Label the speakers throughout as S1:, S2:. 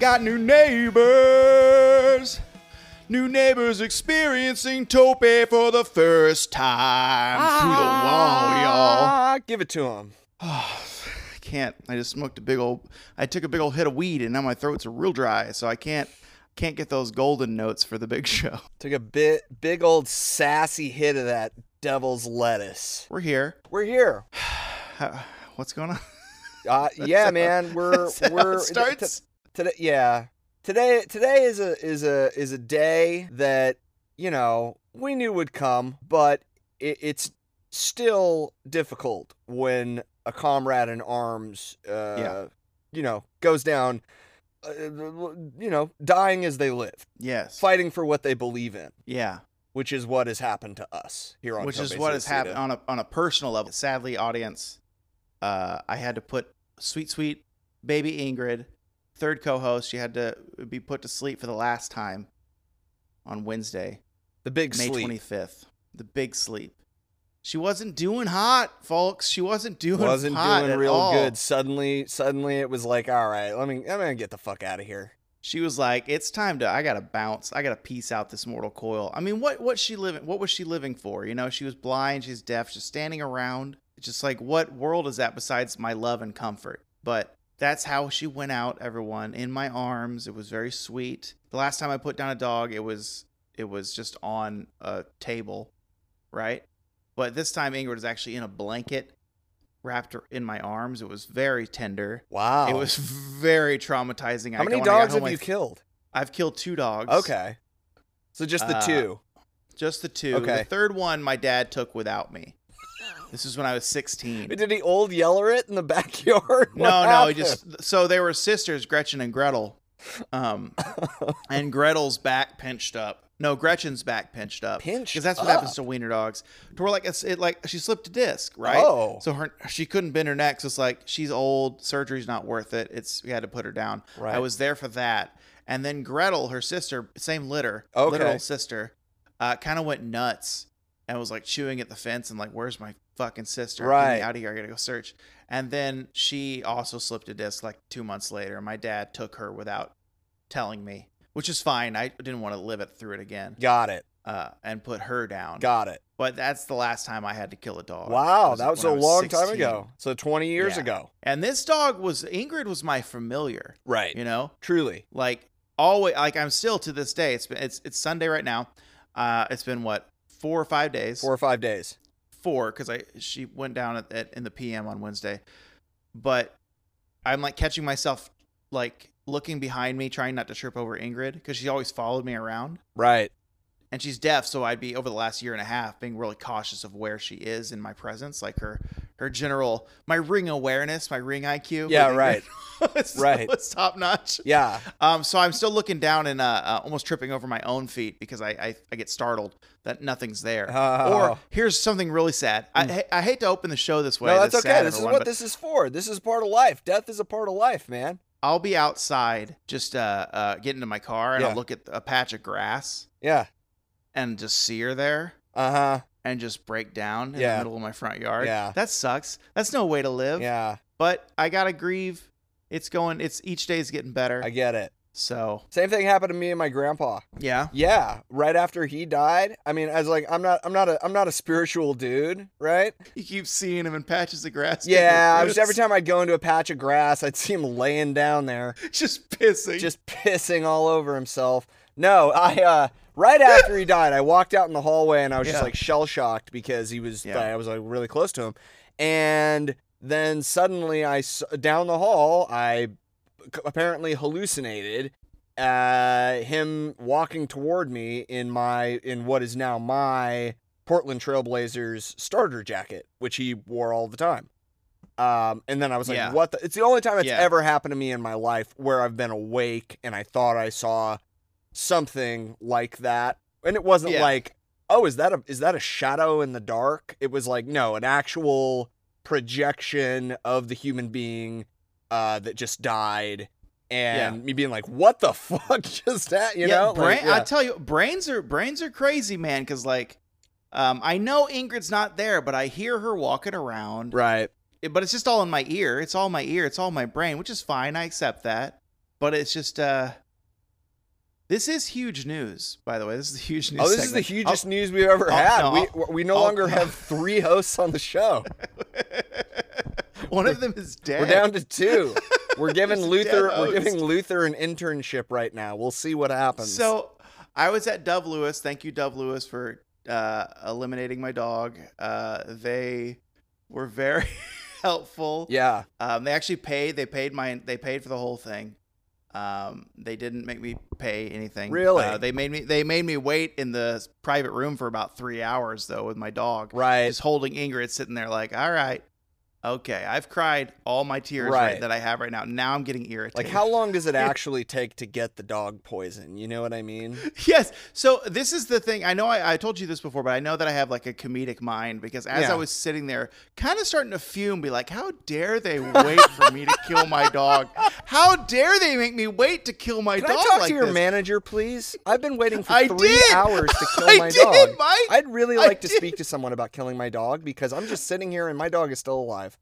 S1: got new neighbors. New neighbors experiencing tope for the first time
S2: Ah, Give it to him.
S1: through the wall, y'all. I can't. I just smoked a big old. I took a big old hit of weed, and now my throat's real dry, so I can't can't get those golden notes for the big show.
S2: Took a bit big old sassy hit of that devil's lettuce.
S1: We're here.
S2: We're here.
S1: What's going on?
S2: Uh, yeah, man. We're
S1: That's how it
S2: we're
S1: starts?
S2: today. Yeah, today today is a is a is a day that you know we knew would come, but it, it's still difficult when a comrade in arms, uh,
S1: Yeah.
S2: you know, goes down. Uh, you know, dying as they live,
S1: Yes.
S2: fighting for what they believe in,
S1: Yeah.
S2: which is what has happened to us here on.
S1: which is
S2: Tope
S1: what has
S2: Suicida.
S1: happened on a on a personal level. Sadly, audience, uh, I had to put sweet sweet baby Ingrid, third co-host. She had to be put to sleep for the last time on Wednesday,
S2: The big
S1: May
S2: sleep.
S1: twenty fifth. The big sleep. She wasn't doing hot, folks. She wasn't doing
S2: wasn't
S1: hot
S2: doing
S1: at
S2: real
S1: all.
S2: good. Suddenly, suddenly it was like, all right, let me, I'm gonna get the fuck out of here.
S1: She was like, "It's time to. I gotta bounce. I gotta piece out this mortal coil." I mean, what what she living? What was she living for? You know, she was blind. She's deaf. She's standing around. Just like, what world is that besides my love and comfort? But that's how she went out. Everyone in my arms. It was very sweet. The last time I put down a dog, it was it was just on a table, right? But this time, Ingrid was actually in a blanket, wrapped her in my arms. It was very tender.
S2: Wow.
S1: It was "Oh very traumatizing.
S2: Oh. How
S1: I-
S2: many
S1: when I got
S2: dogs
S1: home,
S2: have
S1: I
S2: you killed?
S1: I've killed two dogs.
S2: Okay. So just the
S1: Uh,
S2: two.
S1: Just the two.
S2: Okay.
S1: The third one my dad took without me. This is when I was 16.
S2: Did he old yeller it in the backyard?
S1: no,
S2: What
S1: no, he
S2: happened?
S1: just so they were sisters, Gretchen and Gretel. Um and Gretel's back pinched up. No, Gretchen's back pinched up.
S2: Pinched
S1: Because that's what happens to wiener dogs. To where like it's it like she slipped a disc, right?
S2: Oh.
S1: So her she couldn't bend her neck, so it's like she's old, surgery's not worth it. It's we had to put her down.
S2: Right.
S1: I was there for that. And then Gretel, her sister, same litter,
S2: Okay.
S1: literal sister, uh, kind of went nuts and was like chewing at the fence and like, "Where's my fucking sister?
S2: Right.
S1: Get me out of here! I gotta go search." And then she also slipped a disc like two months later. My dad took her without telling me, which is fine. I didn't want to live it through it again
S2: got it.
S1: uh, and put her down.
S2: Got it.
S1: But that's the last time I had to kill a dog.
S2: Wow, that was a
S1: when I
S2: long
S1: 16.
S2: time ago. So 20 years
S1: Yeah.
S2: ago.
S1: And this dog was Ingrid was my familiar.
S2: Right.
S1: You know,
S2: Truly.
S1: like always like i'm still to this day it's been it's it's sunday right now uh it's been what four or five days
S2: Four or five days.
S1: four because i she went down at, at in the pm on wednesday but i'm like catching myself like looking behind me trying not to trip over ingrid because she always followed me around
S2: Right.
S1: and she's deaf so i'd be over the last year and a half being really cautious of where she is in my presence like her her general my ring awareness my ring iq
S2: Yeah,
S1: with Ingrid
S2: right.
S1: was-
S2: Right.
S1: was top notch
S2: Yeah.
S1: um, so I'm still looking down and uh, uh, almost tripping over my own feet because I, I, I get startled that nothing's there.
S2: Oh. Hmm.
S1: Or here's something really sad. I, ha- I hate to open the show this way.
S2: no, that's
S1: this
S2: okay.
S1: sad,
S2: This is
S1: everyone,
S2: what
S1: but
S2: this is for. This is part of life. Death is a part of life, man.
S1: I'll be outside just uh, uh, get into my car and
S2: Yeah.
S1: I'll look at a patch of grass
S2: Yeah.
S1: and just see her there
S2: Uh huh.
S1: and just break down in
S2: Yeah.
S1: the middle of my front yard.
S2: Yeah.
S1: That sucks. That's no way to live.
S2: Yeah.
S1: But I gotta grieve. It's going. It's each day's getting better.
S2: I get it.
S1: so
S2: Same thing happened to me and my grandpa.
S1: yeah.
S2: Yeah, right after he died. I mean, I was like, I'm not, I'm not a, I'm not a spiritual dude, right?
S1: You keep seeing him in patches of grass.
S2: Yeah, I was
S1: It's
S2: every time I'd go into a patch of grass, I'd see him laying down there,
S1: just pissing.
S2: just pissing all over himself. No, I, uh, right after he died, I walked out in the hallway and I was just
S1: Yeah.
S2: like shell shocked because he was,
S1: Yeah.
S2: I was like really close to him, and then suddenly I s- down the hall, I c- apparently hallucinated uh him walking toward me in my in what is now my Portland Trailblazers starter jacket, which he wore all the time. Um, and then I was like,
S1: Yeah.
S2: "What?" The? It's the only time it's
S1: Yeah.
S2: ever happened to me in my life where I've been awake and I thought I saw something like that, and it wasn't
S1: Yeah.
S2: like, "Oh, is that a is that a shadow in the dark?" It was like, no, an actual projection of the human being uh, that just died, and me being like, "What the fuck just that?" You
S1: yeah,
S2: know,
S1: brain,
S2: Like,
S1: I
S2: yeah.
S1: tell you, brains are brains are crazy, man. Because like, um, I know Ingrid's not there, but I hear her walking around.
S2: right?
S1: It- But it's just all in my ear. It's all my ear. It's all my brain, which is fine. I accept that. But it's just uh this is huge news, by the way. This is the huge news.
S2: oh, this is the
S1: segment.
S2: hugest news we've ever
S1: I'll-
S2: had.
S1: no,
S2: we we no
S1: I'll-
S2: longer have three hosts on the show.
S1: I'll- One of them is dead.
S2: We're down to two. We're giving
S1: There's a
S2: Luther
S1: dead
S2: we're giving
S1: host.
S2: Luther an internship right now. We'll see what happens.
S1: So I was at Dove Lewis. Thank you, Dove Lewis, for uh, eliminating my dog. Uh, they were very helpful.
S2: yeah,
S1: Um, they actually paid. They paid my. They paid for the whole thing. Um, they didn't make me pay anything.
S2: Really?
S1: Uh, they made me. They made me wait in the private room for about three hours though with my dog.
S2: right.
S1: Just holding Ingrid, sitting there like, all right, okay, I've cried all my tears right.
S2: Right.
S1: that I have right now. Now I'm getting irritated.
S2: Like how long does it actually take to get the dog poison? You know what I mean?
S1: Yes. So this is the thing. I know I, I told you this before, but I know that I have like a comedic mind because as
S2: Yeah.
S1: I was sitting there, kind of starting to fume, be like, "How dare they wait for me to kill my dog? How dare they make me wait to kill my
S2: Can I
S1: dog?"
S2: talk
S1: like
S2: to your
S1: this?"
S2: manager, please? I've been waiting for
S1: I
S2: three
S1: did.
S2: hours to kill
S1: I
S2: my
S1: did,
S2: dog.
S1: Mike.
S2: I'd really
S1: I
S2: like to
S1: did.
S2: speak to someone about killing my dog because I'm just sitting here and my dog is still alive.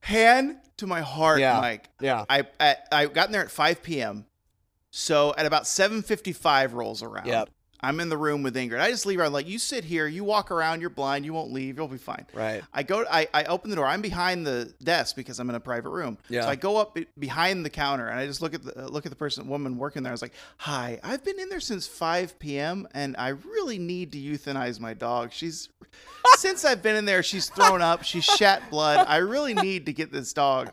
S1: Hand to my heart,
S2: Yeah.
S1: Mike.
S2: Yeah.
S1: I, I I got in there at 5 p.m. So at about 7:55 rolls around.
S2: Yep.
S1: I'm in the room with Ingrid. I just leave her. I'm like, "You sit here. You walk around. You're blind. You won't leave. You'll be fine."
S2: Right.
S1: I go. I, I open the door. I'm behind the desk because I'm in a private room.
S2: Yeah.
S1: So I go up be- behind the counter and I just look at the uh, look at the person, woman working there. I was like, "Hi, I've been in there since 5 p.m. and I really need to euthanize my dog. She's since I've been in there, she's thrown up. She's shat blood. I really need to get this dog."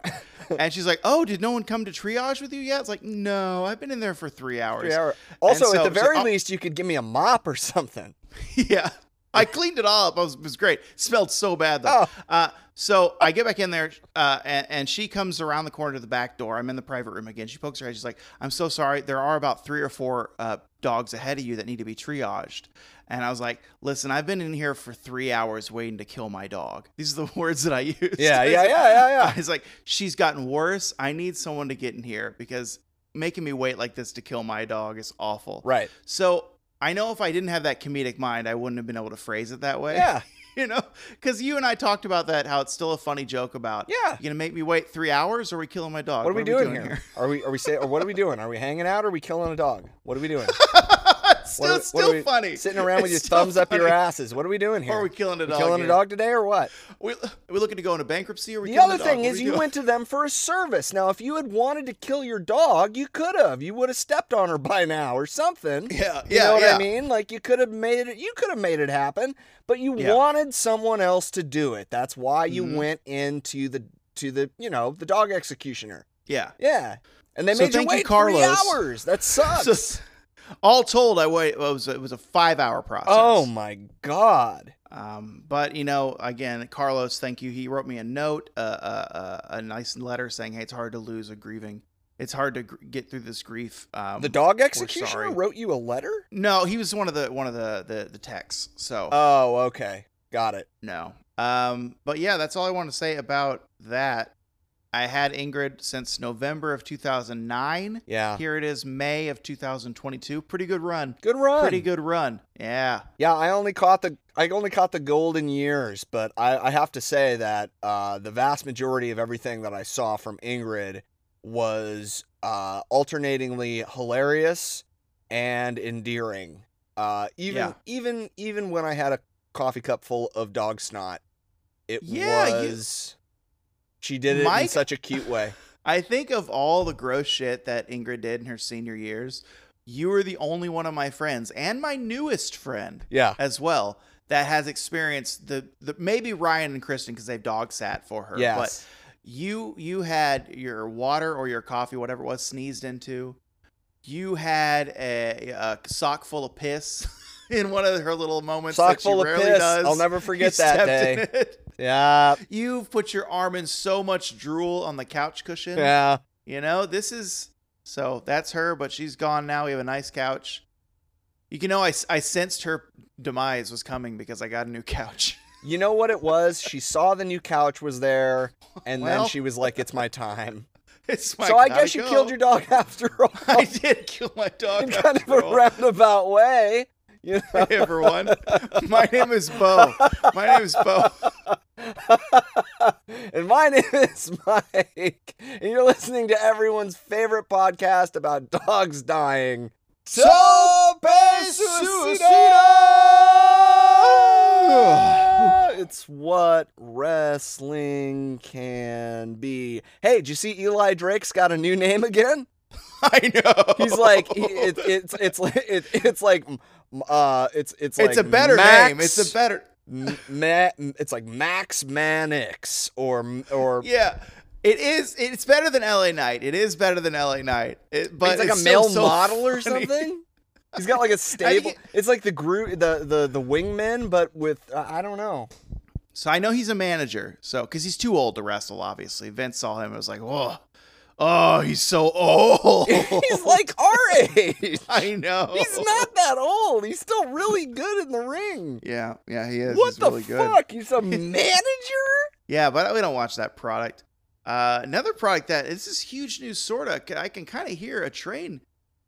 S1: And she's like, "Oh, did no one come to triage with you yet?" It's like, "No, I've been in there for three hours."
S2: Three hour. Also,
S1: so-
S2: at the
S1: so
S2: very
S1: I'll-
S2: least, you could give me a mop or something.
S1: yeah. I cleaned it all up. I was, it was great. smelled so bad though. Uh, so I get back in there, uh, and, and she comes around the corner to the back door. I'm in the private room again. She pokes her head. She's like, "I'm so sorry. There are about three or four uh, dogs ahead of you that need to be triaged." And I was like, "Listen, I've been in here for three hours waiting to kill my dog." These are the words that I use.
S2: Yeah, yeah, yeah, yeah, yeah.
S1: It's like she's gotten worse. I need someone to get in here because making me wait like this to kill my dog is awful.
S2: Right.
S1: So I know if I didn't have that comedic mind, I wouldn't have been able to phrase it that way.
S2: Yeah.
S1: you know, because you and I talked about that, how it's still a funny joke about.
S2: Yeah.
S1: You gonna make me wait three hours, or are we killing my dog?
S2: What are we doing here? Are we are we say or what are we doing? Are we hanging out or are we killing a dog? What are we doing? What
S1: It's
S2: are
S1: still,
S2: we- what
S1: still
S2: are we-
S1: funny.
S2: Sitting around with
S1: It's
S2: your
S1: still
S2: thumbs up your
S1: funny.
S2: asses. What are we doing here?
S1: Or are we killing a dog?
S2: killing a
S1: here?
S2: dog today or what?
S1: We, are we looking to go on a bankruptcy? Or are we
S2: The
S1: killing
S2: other
S1: a dog?
S2: thing
S1: What are
S2: is
S1: we
S2: you
S1: doing?
S2: went to them for a service. Now, if you had wanted to kill your dog, you could have. You would have stepped on her by now or something.
S1: Yeah,
S2: You
S1: yeah,
S2: know what
S1: yeah.
S2: I mean? Like you could have made it you could have made it happen, but you
S1: Yeah.
S2: wanted someone else to do it. That's why you
S1: Mhm.
S2: went into the to the, you know, the dog executioner.
S1: Yeah.
S2: Yeah. And they
S1: So
S2: made you
S1: thank you,
S2: wait three
S1: Carlos.
S2: hours. That sucks.
S1: So, all told, I wait. It was it was a five hour process.
S2: oh my god.
S1: Um, but you know, again, Carlos, thank you. He wrote me a note, uh, uh, uh, a nice letter saying, "Hey, it's hard to lose a grieving. It's hard to gr- get through this grief." Um,
S2: The dog
S1: sorry.
S2: executioner wrote you a letter?
S1: No, he was one of the one of the the, the texts. So
S2: Oh, okay. Got it.
S1: no. Um, but yeah, that's all I want to say about that. I had Ingrid since November of 2009.
S2: Yeah.
S1: Here it is, May of 2022. Pretty good run.
S2: Good run.
S1: Pretty good run. Yeah.
S2: Yeah, I only caught the I only caught the golden years, but I, I have to say that uh, the vast majority of everything that I saw from Ingrid was uh, alternatingly hilarious and endearing. Uh, even
S1: Yeah.
S2: even even when I had a coffee cup full of dog snot, it
S1: Yeah, you-
S2: was. She did it in
S1: Mike-
S2: such a cute way.
S1: I think of all the gross shit that Ingrid did in her senior years, you were the only one of my friends and my newest friend
S2: Yeah,
S1: as well that has experienced the, the maybe Ryan and Kristen because they've dog sat for her.
S2: yes,
S1: But you you had your water or your coffee, whatever it was, sneezed into. You had a, a sock full of piss in one of her little moments.
S2: sock
S1: that she
S2: full of
S1: rarely
S2: piss.
S1: Does.
S2: I'll never forget
S1: You
S2: that
S1: stepped
S2: day.
S1: in it.
S2: Yeah,
S1: You've put your arm in so much drool on the couch cushion.
S2: yeah.
S1: You know, this is so that's her, but she's gone now. We have a nice couch. You can know I, I sensed her demise was coming because I got a new couch.
S2: You know what it was? She saw the new couch was there, and
S1: Well.
S2: then she was like, "It's my time."
S1: It's my
S2: so I
S1: gotta
S2: guess you
S1: go.
S2: killed your dog after all,
S1: I did kill my
S2: in
S1: dog.
S2: kind of
S1: after
S2: a
S1: all.
S2: roundabout way. You know?
S1: Hey Oh. everyone, my name is Bo. My name is Bo.
S2: and my name is Mike, and you're listening to everyone's favorite podcast about dogs dying. Tope Suicida! It's what wrestling can be. Hey, did you see Eli Drake's got a new name again?
S1: I know.
S2: He's like, he, it, it's it's like it, it's like, uh, it's it's like
S1: it's a better
S2: Max,
S1: name. It's a better.
S2: Ma- it's like Max Manix or or
S1: Yeah. It is. It's better than LA Knight. It is better than LA Knight. It, but
S2: he's like
S1: it's
S2: a
S1: still
S2: male
S1: so
S2: model or
S1: funny.
S2: something. He's got like a stable.
S1: it-
S2: it's like the Gru, the the the wingman, but with uh, I don't know.
S1: So I know he's a manager. So because he's too old to wrestle, obviously. Vince saw him and was like, "Oh, oh, he's so old."
S2: He's like our age.
S1: I know.
S2: He's not that old. He's still really good in the ring.
S1: Yeah, yeah, he is.
S2: What
S1: he's
S2: the
S1: really good.
S2: fuck? He's a manager.
S1: Yeah, but we don't watch that product. Uh, another product that this is huge news, sorta. C- I can kind of hear a train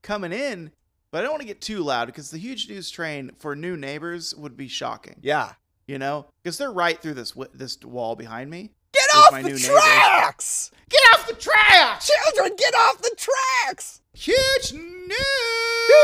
S1: coming in, but I don't want to get too loud because the huge news train for new neighbors would be shocking.
S2: Yeah.
S1: You know, because they're right through this w- this wall behind me.
S2: Get
S1: He's
S2: off
S1: my
S2: the
S1: new neighbor.
S2: tracks,
S1: Get off the track!
S2: children. Get off the tracks.
S1: Huge news.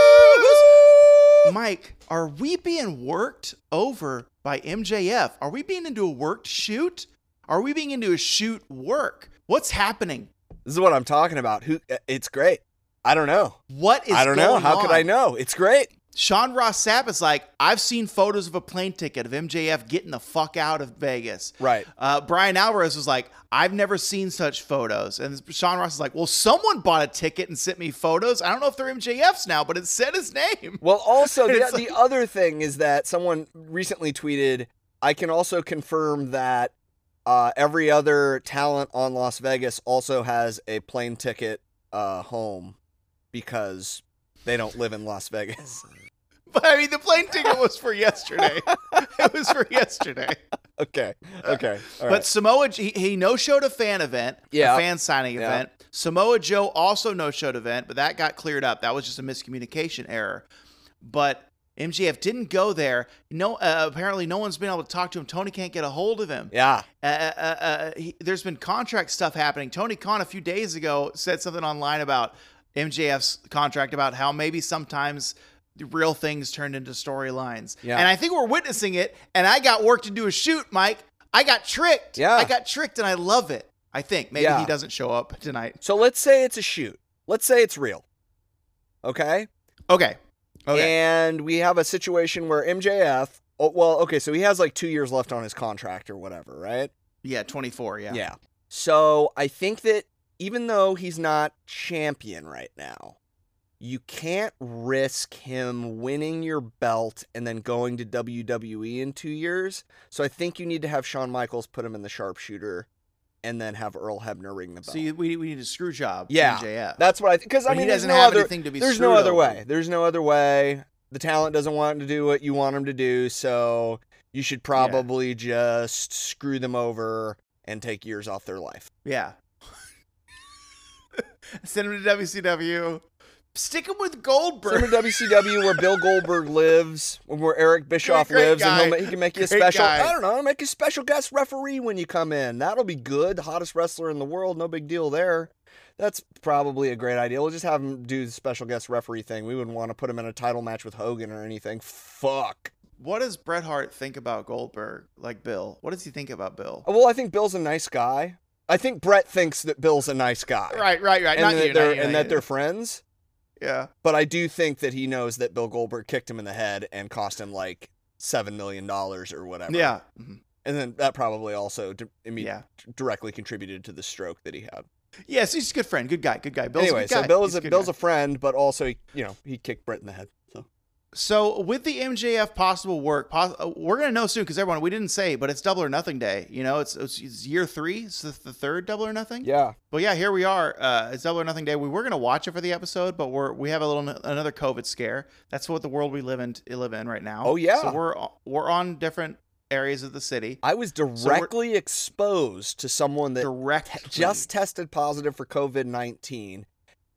S1: Mike, are we being worked over by MJF? Are we being into a worked shoot? Are we being into a shoot work? What's happening?
S2: This is what I'm talking about. Who? uh, It's great. I don't know.
S1: What is
S2: I don't know.
S1: going
S2: How could I
S1: on?
S2: know? It's great.
S1: Sean Ross Sapp is like, I've seen photos of a plane ticket of MJF getting the fuck out of Vegas.
S2: Right.
S1: Uh, Brian Alvarez was like, I've never seen such photos. And Sean Ross is like, Well, someone bought a ticket and sent me photos. I don't know if they're MJF's now, but it said his name.
S2: Well, also the,
S1: It's like-
S2: the other thing is that someone recently tweeted, "I can also confirm that uh, every other talent on Las Vegas also has a plane ticket uh, home because they don't live in Las Vegas."
S1: But I mean, the plane ticket was for yesterday. it was for yesterday.
S2: okay, okay, all
S1: But
S2: right.
S1: Samoa, he, he no showed a fan event,
S2: Yeah.
S1: a fan signing
S2: Yeah.
S1: event. Samoa Joe also no showed event, but that got cleared up. That was just a miscommunication error. But MGF didn't go there. No, uh, apparently no one's been able to talk to him. Tony can't get a hold of him.
S2: yeah,
S1: Uh, uh, uh, uh, he, there's been contract stuff happening. Tony Khan a few days ago said something online about MJF's contract about how maybe sometimes real things turned into storylines.
S2: Yeah.
S1: And I think we're witnessing it. And I got work to do a shoot, Mike. I got tricked.
S2: Yeah.
S1: I got tricked and I love it. I think maybe
S2: Yeah.
S1: he doesn't show up tonight.
S2: so let's say it's a shoot. Let's say it's real. Okay.
S1: Okay. Okay.
S2: And we have a situation where MJF, oh, well, okay, so he has like two years left on his contract or whatever, right?
S1: yeah. 24. Yeah.
S2: So I think that even though he's not champion right now, you can't risk him winning your belt and then going to WWE in two years. So I think you need to have Shawn Michaels put him in the sharpshooter and then have Earl Hebner ring the bell.
S1: So you, we, we need a screw job.
S2: Yeah.
S1: MJF.
S2: That's what I think. Because I
S1: But
S2: mean,
S1: he
S2: there's
S1: doesn't
S2: no
S1: have
S2: other
S1: anything to be
S2: there's no
S1: screwed
S2: other
S1: over.
S2: way. There's no other way. The talent doesn't want him to do what you want him to do, so you should probably just screw them over and take years off their life.
S1: Yeah. Send him to WCW. Stick him with Goldberg.
S2: Send him to WCW where Bill Goldberg lives, and where Eric Bischoff
S1: Great
S2: lives, and
S1: guy.
S2: he'll, ma- he can make you a
S1: Great
S2: special.
S1: guy.
S2: I don't know. I'll make you a special guest referee when you come in. That'll be good. The hottest wrestler in the world. No big deal there. That's probably a great idea. We'll just have him do the special guest referee thing. We wouldn't want to put him in a title match with Hogan or anything. Fuck.
S1: What does Bret Hart think about Goldberg? Like Bill, what does he think about Bill?
S2: Oh, Well, I think Bill's a nice guy. I think Brett thinks that Bill's a nice guy.
S1: Right, right, right.
S2: And,
S1: not
S2: that,
S1: you, not
S2: they're,
S1: you,
S2: and
S1: not
S2: that
S1: you.
S2: they're friends.
S1: yeah.
S2: But I do think that he knows that Bill Goldberg kicked him in the head and cost him like $7 million or whatever.
S1: Yeah. Mhm.
S2: And then that probably also di- I mean,
S1: Yeah.
S2: directly contributed to the stroke that he had.
S1: Yes, he's a good friend, good guy, good guy. Bill's
S2: anyway,
S1: a good guy.
S2: so Bill is
S1: He's
S2: a,
S1: good
S2: Bill's
S1: guy.
S2: a friend, but also, he, you know, he kicked Brett in the head. So.
S1: So with the MJF possible work, pos- uh, we're gonna know soon because everyone we didn't say, but it's Double or Nothing Day. You know, it's it's, it's year three. It's the, the third Double or Nothing.
S2: Yeah.
S1: But yeah, here we are. Uh, it's Double or Nothing Day. We were gonna watch it for the episode, but we're we have a little another COVID scare. That's what the world we live in live in right now.
S2: Oh, yeah.
S1: So we're we're on different areas of the city.
S2: I was directly exposed to someone that
S1: Direct.
S2: just tested positive for COVID nineteen,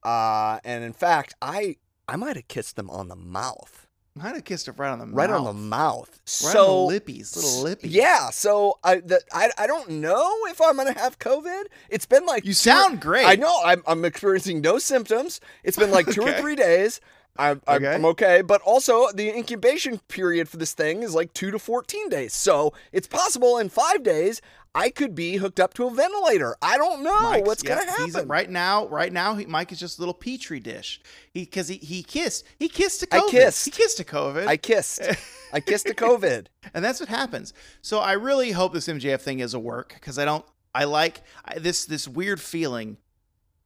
S2: uh, and in fact, I I might have kissed them on the mouth.
S1: Might have kissed her right on the mouth.
S2: right on the mouth.
S1: Right
S2: so
S1: on the lippies, little lippies.
S2: yeah, so I, the, I I don't know if I'm gonna have COVID. It's been like
S1: You
S2: two or-
S1: sound great.
S2: I know I'm I'm experiencing no symptoms. It's been like two or
S1: Okay.
S2: three days. I'm I'm,
S1: Okay.
S2: I'm okay, but also the incubation period for this thing is like two to fourteen days. So it's possible in five days I could be hooked up to a ventilator. I don't know
S1: Mike's-
S2: what's
S1: yep,
S2: gonna
S1: he's-
S2: happen.
S1: right now, right now, he, Mike is just a little petri dish. He because he, he kissed, he kissed to
S2: I
S1: COVID.
S2: kissed.
S1: He kissed to COVID,
S2: I kissed. I kissed a COVID.
S1: and that's what happens. So I really hope this MJF thing is a work because I don't. I like I, this this weird feeling.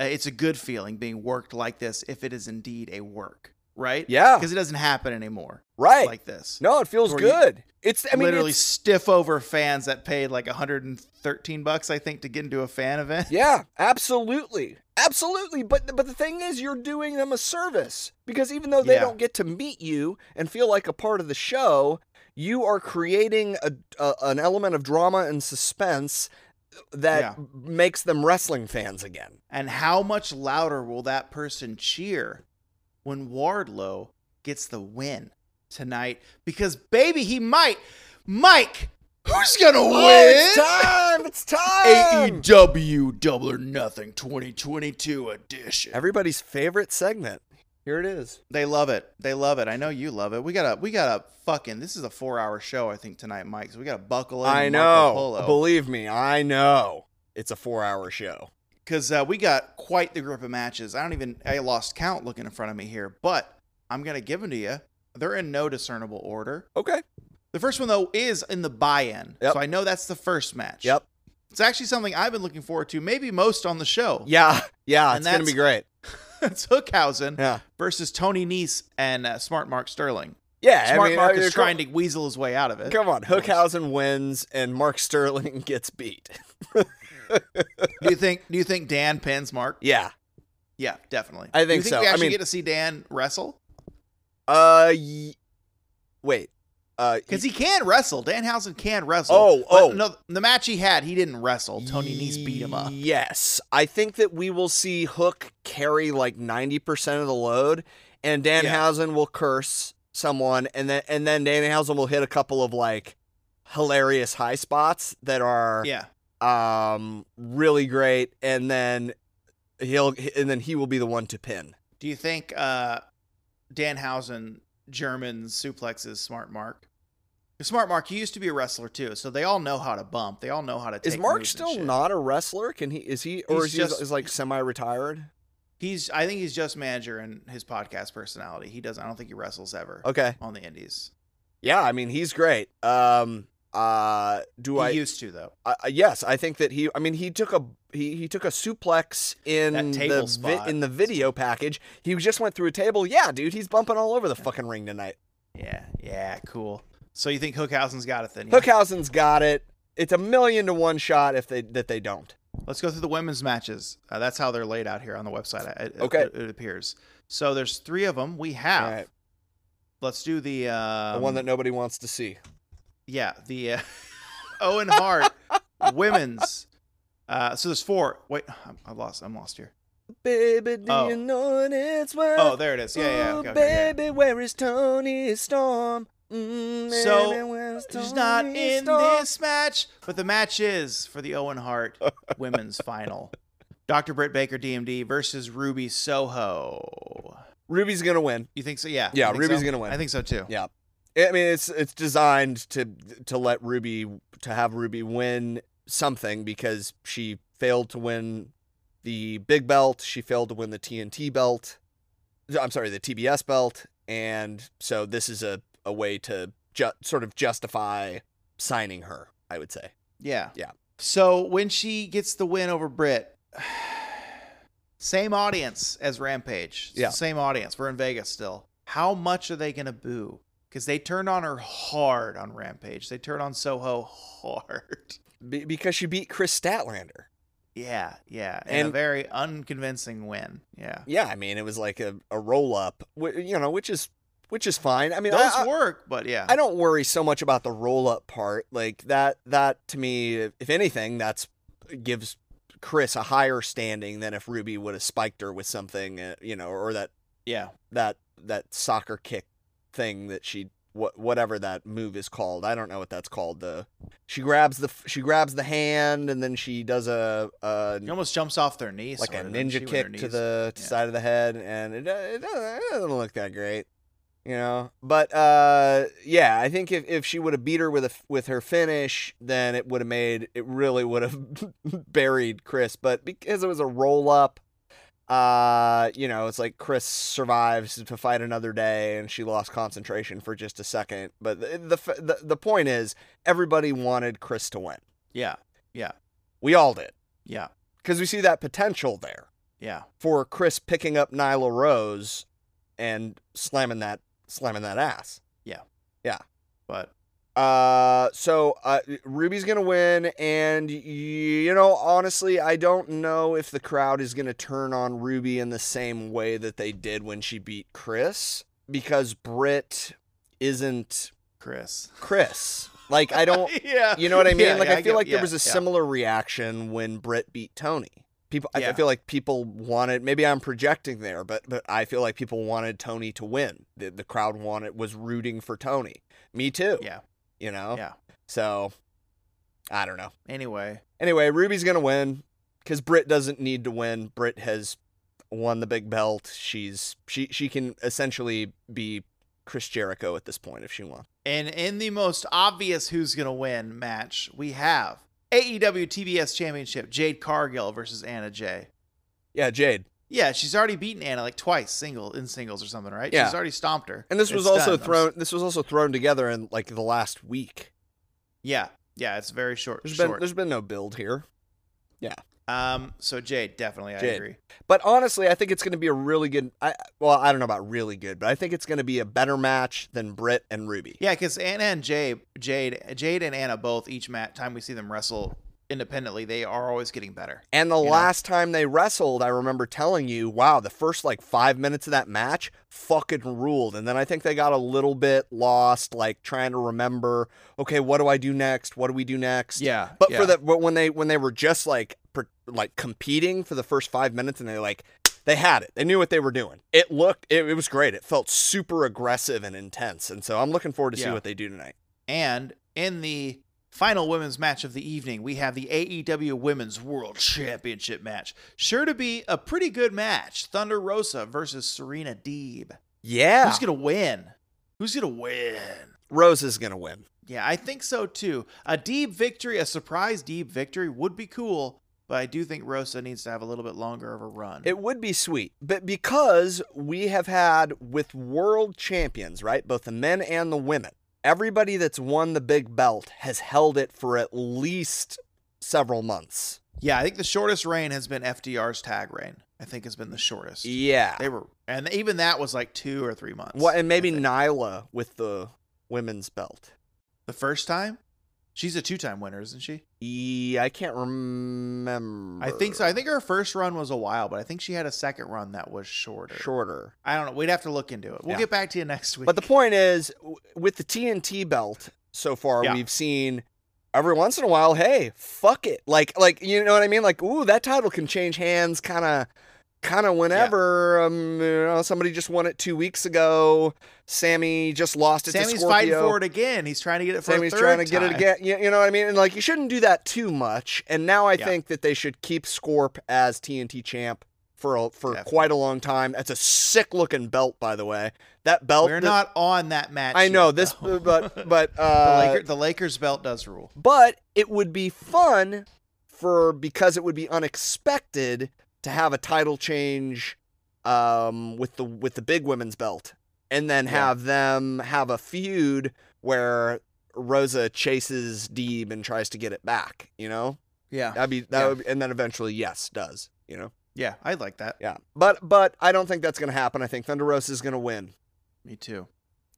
S1: Uh, it's a good feeling being worked like this if it is indeed a work, right?
S2: Yeah,
S1: because it doesn't happen anymore
S2: right.
S1: like this.
S2: No, it feels
S1: Or you-
S2: good. It's I mean
S1: literally
S2: it's-
S1: stiff over fans that paid like 113 bucks, I think, to get into a fan event.
S2: Yeah, absolutely. Absolutely, but but the thing is you're doing them a service because even though they
S1: Yeah.
S2: don't get to meet you and feel like a part of the show, you are creating a, a an element of drama and suspense that
S1: Yeah.
S2: makes them wrestling fans again.
S1: And how much louder will that person cheer when Wardlow gets the win tonight? Because baby, he might. Mike, who's gonna
S2: Oh, it's
S1: win?
S2: time. It's
S1: E
S2: time.
S1: AEW Double or Nothing 2022 edition.
S2: Everybody's favorite segment. Here it is.
S1: They love it. They love it. I know you love it. We got to we got to fucking. This is a four-hour show, I think tonight, Mike. So we got to buckle in. Marco
S2: I know.
S1: Polo.
S2: Believe me, I know. It's a 4-hour show.
S1: because uh, we got quite the group of matches. I don't even I lost count looking in front of me here, but I'm gonna give them to you. They're in no discernible order.
S2: Okay.
S1: The first one though is in the buy-in,
S2: Yep.
S1: so I know that's the first match.
S2: Yep.
S1: it's actually something I've been looking forward to, maybe most on the show.
S2: Yeah. Yeah,
S1: And
S2: it's going
S1: that's-
S2: to be great.
S1: it's Hookhausen
S2: Yeah.
S1: versus Tony Nese and uh, Smart Mark Sterling.
S2: Yeah,
S1: Smart
S2: I mean,
S1: Mark
S2: I mean,
S1: is trying to weasel his way out of it.
S2: Come on, Hookhausen wins and Mark Sterling gets beat.
S1: do you think? Do you think Dan pins Mark?
S2: Yeah.
S1: Yeah, definitely.
S2: I
S1: Do you
S2: think so.
S1: We
S2: I
S1: actually
S2: mean-
S1: get to see Dan wrestle
S2: Uh, y- wait. Uh,
S1: Because he can wrestle. Danhausen can wrestle.
S2: Oh,
S1: But
S2: oh.
S1: No, the match he had, he didn't wrestle. Tony Nese beat him up.
S2: Yes, I think that we will see Hook carry like ninety percent of the load, and Danhausen will curse someone, and then and then Danhausen will hit a couple of like hilarious high spots that are
S1: Yeah.
S2: um really great, and then he'll and then he will be the one to pin.
S1: Do you think uh, Danhausen German suplexes Smart Mark? 'Cause Smart Mark, he used to be a wrestler too, so they all know how to bump. They all know how to. Take
S2: Is Mark
S1: moves and
S2: still
S1: shit.
S2: not a wrestler? Can he? Is he? Or
S1: He's
S2: is he
S1: just-
S2: is like semi-retired?
S1: He's. I think he's just manager and his podcast personality. He doesn't. I don't think he wrestles ever
S2: Okay.
S1: on the Indies.
S2: Yeah, I mean he's great. Um. Uh. Do
S1: he
S2: I?
S1: used to though.
S2: I- I- yes, I think that he. I mean he took a he, he took a suplex in
S1: That table
S2: the
S1: spot.
S2: in the video package. He just went through a table. Yeah, dude, he's bumping all over the fucking ring tonight.
S1: Yeah. Yeah. Cool. So you think Hookhausen's got it then? yeah?
S2: Hookhausen's got it. It's a million to one shot if they that they don't.
S1: Let's go through the women's matches. Uh, that's how they're laid out here on the website. I- It,
S2: Okay.
S1: It, it appears. So there's three of them. We have.
S2: All right,
S1: Let's do the. Um,
S2: the one that nobody wants to see.
S1: Yeah. The uh, Owen Hart women's. Uh, so there's four. Wait, I'm, I'm lost. I'm lost here.
S2: Baby, do
S1: Oh.
S2: you know what it's worth?
S1: Oh, there it is. Yeah, yeah.
S2: Ooh,
S1: Okay, okay,
S2: baby, where is Tony Storm? Mm,
S1: So,
S2: baby, where's
S1: yeah. She's not
S2: Tony
S1: in
S2: Storm?
S1: this match, but the match is for the Owen Hart women's final. Dr. Britt Baker, DMD versus Ruby Soho.
S2: Ruby's gonna win.
S1: You think so? Yeah.
S2: Yeah,
S1: You think
S2: Ruby's
S1: so?
S2: gonna win.
S1: I think so too.
S2: Yeah. I mean, it's it's designed to to let Ruby to have Ruby win something because she failed to win the big belt. She failed to win the TNT belt. I'm sorry, the TBS belt, and so this is a a way to ju- sort of justify signing her. I would say.
S1: Yeah.
S2: Yeah.
S1: So when she gets the win over Britt, same audience as Rampage. It's the
S2: Yeah.
S1: Same audience. We're in Vegas still. How much are they going to boo? Because they turned on her hard on Rampage. They turned on Soho hard.
S2: Be- because she beat Chris Statlander.
S1: Yeah, yeah. And, a
S2: And-
S1: very unconvincing win. Yeah.
S2: Yeah, I mean, it was like a, a roll up, wh- you know, which is which is fine. I mean, I,
S1: Those
S2: I-
S1: work, but yeah.
S2: I don't worry so much about the roll up part. Like that that to me, if anything, that's gives Chris a higher standing than if Ruby would have spiked her with something, uh, you know, or that
S1: yeah.
S2: that that soccer kick thing that she what whatever that move is called. I don't know what that's called. The she grabs the she grabs the hand and then she does a, a
S1: He almost jumps off their knee.
S2: like a
S1: sorta, doesn't she,
S2: ninja
S1: when their
S2: kick to
S1: knees-
S2: the
S1: yeah.
S2: side of the head, and it, do- it, doesn't, it doesn't look that great, you know. But uh, yeah, I think if, if she would have beat her with a f- with her finish, then it would have made it really would have buried Chris. But because it was a roll up, uh, you know, it's like Chris survives to fight another day, and she lost concentration for just a second. But the the f- the, the point is, everybody wanted Chris to win.
S1: Yeah,
S2: We all did
S1: yeah,
S2: because we see that potential there
S1: yeah,
S2: for Chris picking up Nyla Rose and slamming that slamming that ass.
S1: but
S2: Uh, so uh, Ruby's gonna win, and y- you know, honestly, I don't know if the crowd is gonna turn on Ruby in the same way that they did when she beat Chris because Britt isn't
S1: Chris.
S2: Chris. Like I don't,
S1: yeah,
S2: you know what I mean?
S1: Yeah,
S2: like
S1: yeah,
S2: I feel
S1: get-
S2: like
S1: yeah,
S2: there was a
S1: yeah.
S2: similar reaction when Britt beat Tony. People, I- I
S1: Yeah.
S2: feel like people wanted. Maybe I'm projecting there, but but I feel like people wanted Tony to win. The, the crowd wanted was rooting for Tony. Me too.
S1: Yeah.
S2: You know.
S1: Yeah.
S2: So, I don't know.
S1: Anyway,
S2: Anyway, Ruby's gonna win because Britt doesn't need to win. Britt has won the big belt. She's she she can essentially be Chris Jericho at this point if she wants.
S1: and in the most obvious who's gonna win match, we have E AEW TBS Championship Jade Cargill versus Anna Jay.
S2: Yeah, Jade.
S1: Yeah, she's already beaten Anna like twice, single in singles or something, right?
S2: Yeah.
S1: she's already stomped her.
S2: And this was
S1: It's
S2: also
S1: done. I'm
S2: thrown. This was also thrown together in like the last week.
S1: Yeah, yeah, it's very short.
S2: There's been
S1: short.
S2: there's been no build here.
S1: um, so Jade definitely, I
S2: Jade.
S1: agree.
S2: But honestly, I think it's going to be a really good. I well, I don't know about really good, but I think it's going to be a better match than Britt and Ruby.
S1: Yeah, because Anna and Jade, Jade, Jade and Anna both each mat, time we see them wrestle independently, they are always getting better.
S2: And the
S1: You know?
S2: last time they wrestled, I remember telling you, "Wow, the first like five minutes of that match fucking ruled." And then I think they got a little bit lost, like trying to remember, "Okay, what do I do next? What do we do next?"
S1: Yeah,
S2: But for the but when they when they were just like per, like competing for the first five minutes and they like they had it. They knew what they were doing. It looked it, it was great. It felt super aggressive and intense. And so I'm looking forward to see
S1: Yeah.
S2: what they do tonight.
S1: and in the final women's match of the evening, we have the AEW Women's World Championship match, sure to be a pretty good match. Thunder Rosa versus Serena Deeb.
S2: Yeah.
S1: Who's gonna win? Who's gonna win?
S2: Rose is gonna win.
S1: Yeah, I think so too. A Deeb victory, a surprise Deeb victory, would be cool. But I do think Rosa needs to have a little bit longer of a run.
S2: It would be sweet. But because we have had with world champions, right? Both the men and the women, everybody that's won the big belt has held it for at least several months.
S1: Yeah, I think the shortest reign has been FDR's tag reign. I think has been the shortest.
S2: Yeah.
S1: They were, and even that was like two or three months.
S2: Well, and maybe
S1: I think.
S2: Nyla with the women's belt.
S1: the first time. She's a two-time winner, isn't she?
S2: Yeah, I can't remember.
S1: I think so. I think her first run was a while, but I think she had a second run that was shorter.
S2: shorter.
S1: I don't know. We'd have to look into it. We'll
S2: Yeah.
S1: get back to you next week.
S2: But the point is, w- with the TNT belt so far,
S1: Yeah.
S2: we've seen every once in a while, hey, fuck it, like, like you know what I mean? Like, ooh, that title can change hands, kind of, kind of whenever. Um, you know, somebody just won it two weeks ago. Sammy just lost it to
S1: Sammy's
S2: Scorpio.
S1: fighting for it again. He's trying to get it for
S2: Sammy's
S1: a third
S2: trying to get it
S1: time.
S2: again. You, you know what I mean? And like, you shouldn't do that too much. And now I
S1: Yeah.
S2: think that they should keep Scorp as TNT champ for a, for
S1: Definitely.
S2: quite a long time. That's a sick looking belt, by the way. That belt.
S1: We're
S2: that-
S1: not on that match.
S2: I know
S1: yet,
S2: this,
S1: though.
S2: but but
S1: the,
S2: uh,
S1: Laker, the Lakers belt does rule.
S2: but it would be fun for because it would be unexpected to have a title change um, with the with the big women's belt, and then
S1: Yeah.
S2: have them have a feud where Rosa chases Deeb and tries to get it back. You know,
S1: Yeah,
S2: that'd be that,
S1: Ah, Yeah.
S2: would be, and then eventually, yes, does you know?
S1: yeah, I'd like that.
S2: Yeah, but but I don't think that's gonna happen. I think Thunder Rosa is gonna win,
S1: Me too.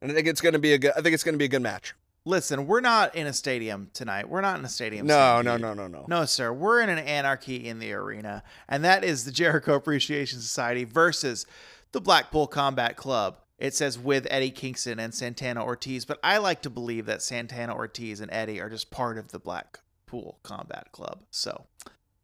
S2: and I think it's gonna be a good. I think it's gonna be a good match.
S1: Listen, we're not in a stadium tonight. We're not in a stadium.
S2: No, no,
S1: stampede.
S2: no, no, no,
S1: No, sir. We're in an anarchy in the arena, and that is the Jericho Appreciation Society versus the Blackpool Combat Club. It says with Eddie Kingston and Santana Ortiz, but I like to believe that Santana Ortiz and Eddie are just part of the Blackpool Combat Club. So,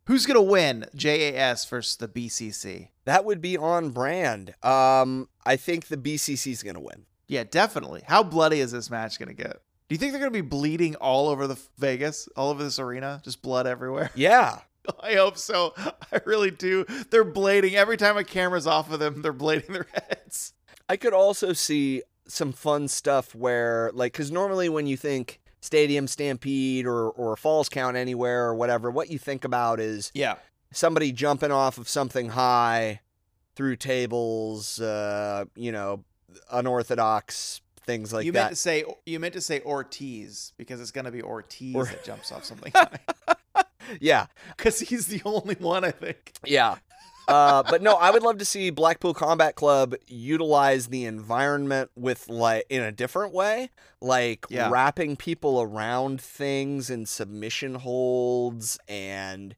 S1: who's gonna win JAS versus the BCC?
S2: That would be on brand. Um, I think the BCC is going to win.
S1: Yeah, definitely. How bloody is this match going to get? Do you think they're going to be bleeding all over the Vegas, all over this arena? Just blood everywhere?
S2: Yeah.
S1: I hope so. I really do. They're blading every time a camera's off of them, they're blading their heads.
S2: I could also see some fun stuff where, like, because normally when you think stadium stampede or, or falls count anywhere or whatever, what you think about is
S1: Yeah.
S2: somebody jumping off of something high through tables, uh, you know, unorthodox things like
S1: you meant to
S2: that.
S1: say you meant to say Ortiz because it's going to be Ortiz
S2: Or-
S1: that jumps off something
S2: yeah.
S1: because he's the only one I think.
S2: Yeah. Uh, but no, I would love to see Blackpool Combat Club utilize the environment with like in a different way, like
S1: Yeah.
S2: wrapping people around things and submission holds and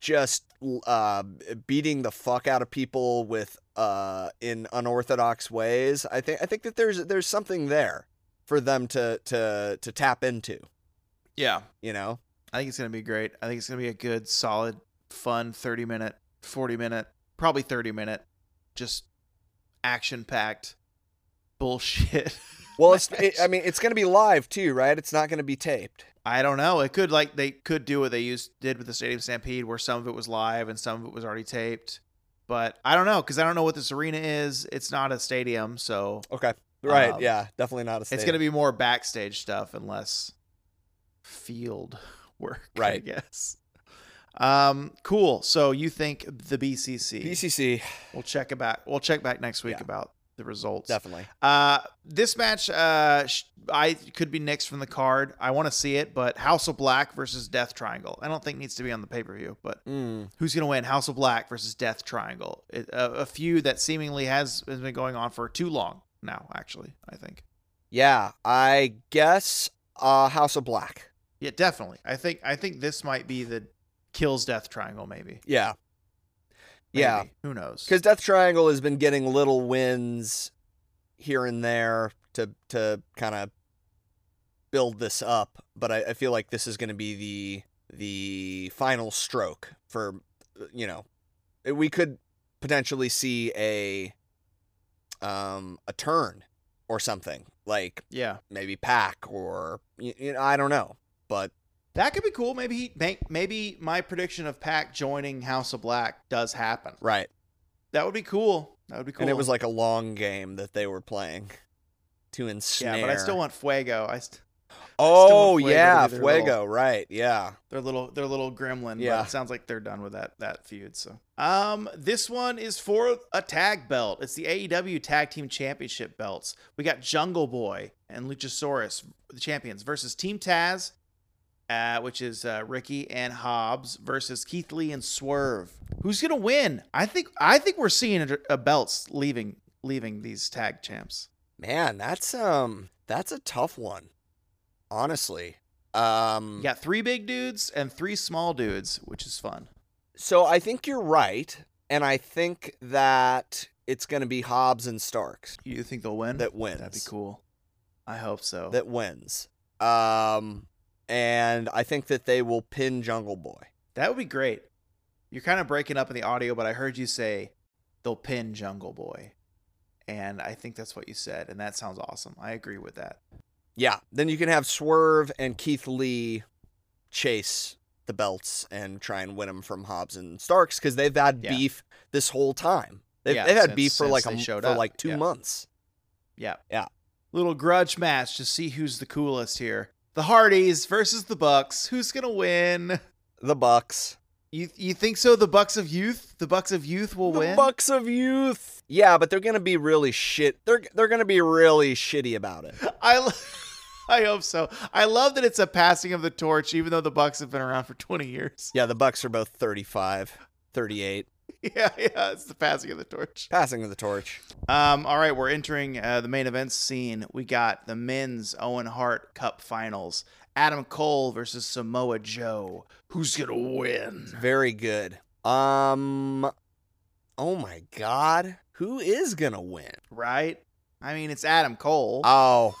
S2: just uh, beating the fuck out of people with uh, in unorthodox ways. I think I think that there's there's something there for them to to to tap into.
S1: Yeah,
S2: You know,
S1: I think it's going to be great. I think it's going to be a good, solid, fun thirty minute, forty minute, probably thirty minute, just action packed bullshit.
S2: well, it's
S1: match.
S2: it, I mean it's going to be live too, right? It's not going to be taped.
S1: I don't know. It could like they could do what they used did with the Stadium Stampede, where some of it was live and some of it was already taped. But I don't know because I don't know what this arena is. It's not a stadium, so
S2: Okay. Right.
S1: Um,
S2: yeah. Definitely not a stadium.
S1: it's going to be more backstage stuff and less field work, I
S2: Right.
S1: guess. Um, cool. So you think the BCC?
S2: PCC.
S1: We'll check about. We'll check back next week
S2: Yeah.
S1: about the results.
S2: Definitely.
S1: Uh, this match, uh, sh- I could be next from the card. I want to see it, but House of Black versus Death Triangle. I don't think needs to be on the pay per view, but
S2: Mm.
S1: who's gonna win? House of Black versus Death Triangle. It, a, a feud that seemingly has has been going on for too long now. Actually, I think.
S2: Yeah. I guess uh, House of Black.
S1: Yeah, definitely. I think I think this might be the kills Death Triangle. Maybe.
S2: Yeah. Yeah.
S1: Maybe. Who knows?
S2: Because Death Triangle has been getting little wins here and there to to kind of build this up, but I, I feel like this is going to be the the final stroke for you know eh, we could potentially see a um a turn or something like
S1: Yeah,
S2: maybe Pack or you, you know, I don't know, but
S1: that could be cool. Maybe he, may- maybe my prediction of Pac joining House of Black does happen.
S2: right.
S1: That would be cool. That would be cool.
S2: And it was like a long game that they were playing to ensnare.
S1: Yeah, but I still want Fuego. I st-
S2: Oh
S1: Fuego to
S2: yeah,
S1: be their
S2: Fuego, right? Yeah,
S1: they're little they're little gremlin. Yeah,
S2: Yeah.
S1: but it sounds like they're done with that that feud. So, um, this one is for a tag belt. It's the AEW Tag Team Championship belts. We got Jungle Boy and Luchasaurus, the champions, versus Team Taz, uh, which is uh, Ricky and Hobbs versus Keith Lee and Swerve. Who's gonna win? I think I think we're seeing a, a belts leaving leaving these tag champs.
S2: man, that's um, that's a tough one, honestly. Um,
S1: You got three big dudes and three small dudes, which is fun.
S2: So I think you're right, and I think that it's going to be Hobbs and Starks
S1: You think they'll win?
S2: that wins.
S1: Mm-hmm. That'd be cool. I hope so.
S2: That wins. Um, and I think that they will pin Jungle Boy.
S1: that would be great. You're kind of breaking up in the audio, but I heard you say they'll pin Jungle Boy. And I think that's what you said. And that sounds awesome. I agree with that.
S2: Yeah. Then you can have Swerve and Keith Lee chase the belts and try and win them from Hobbs and Starks because they've had
S1: Yeah.
S2: beef this whole time. They've,
S1: Yeah,
S2: they've had
S1: since-
S2: beef for
S1: since
S2: like a,
S1: they
S2: m-
S1: showed
S2: for
S1: up.
S2: like two
S1: Yeah.
S2: months.
S1: Yeah.
S2: Yeah.
S1: Little grudge match to see who's the coolest here. The Hardys versus the Bucks. Who's going to win?
S2: The Bucks.
S1: You, you think so? The Bucks of Youth? The Bucks of Youth will
S2: the
S1: win?
S2: Bucks of Youth. Yeah, but they're gonna be really shit. They're they're gonna be really shitty about it.
S1: I, lo- I hope so. I love that it's a passing of the torch, even though the Bucks have been around for 20 years.
S2: Yeah, the Bucks are both 35, 38,
S1: Yeah, yeah, it's the passing of the torch.
S2: passing of the torch.
S1: Um, all right, we're entering uh, the main event scene. We got the men's Owen Hart Cup Finals. Adam Cole versus Samoa Joe. Who's gonna win?
S2: Very good. Um, oh my God, who is gonna win?
S1: Right? I mean, it's Adam Cole.
S2: Oh,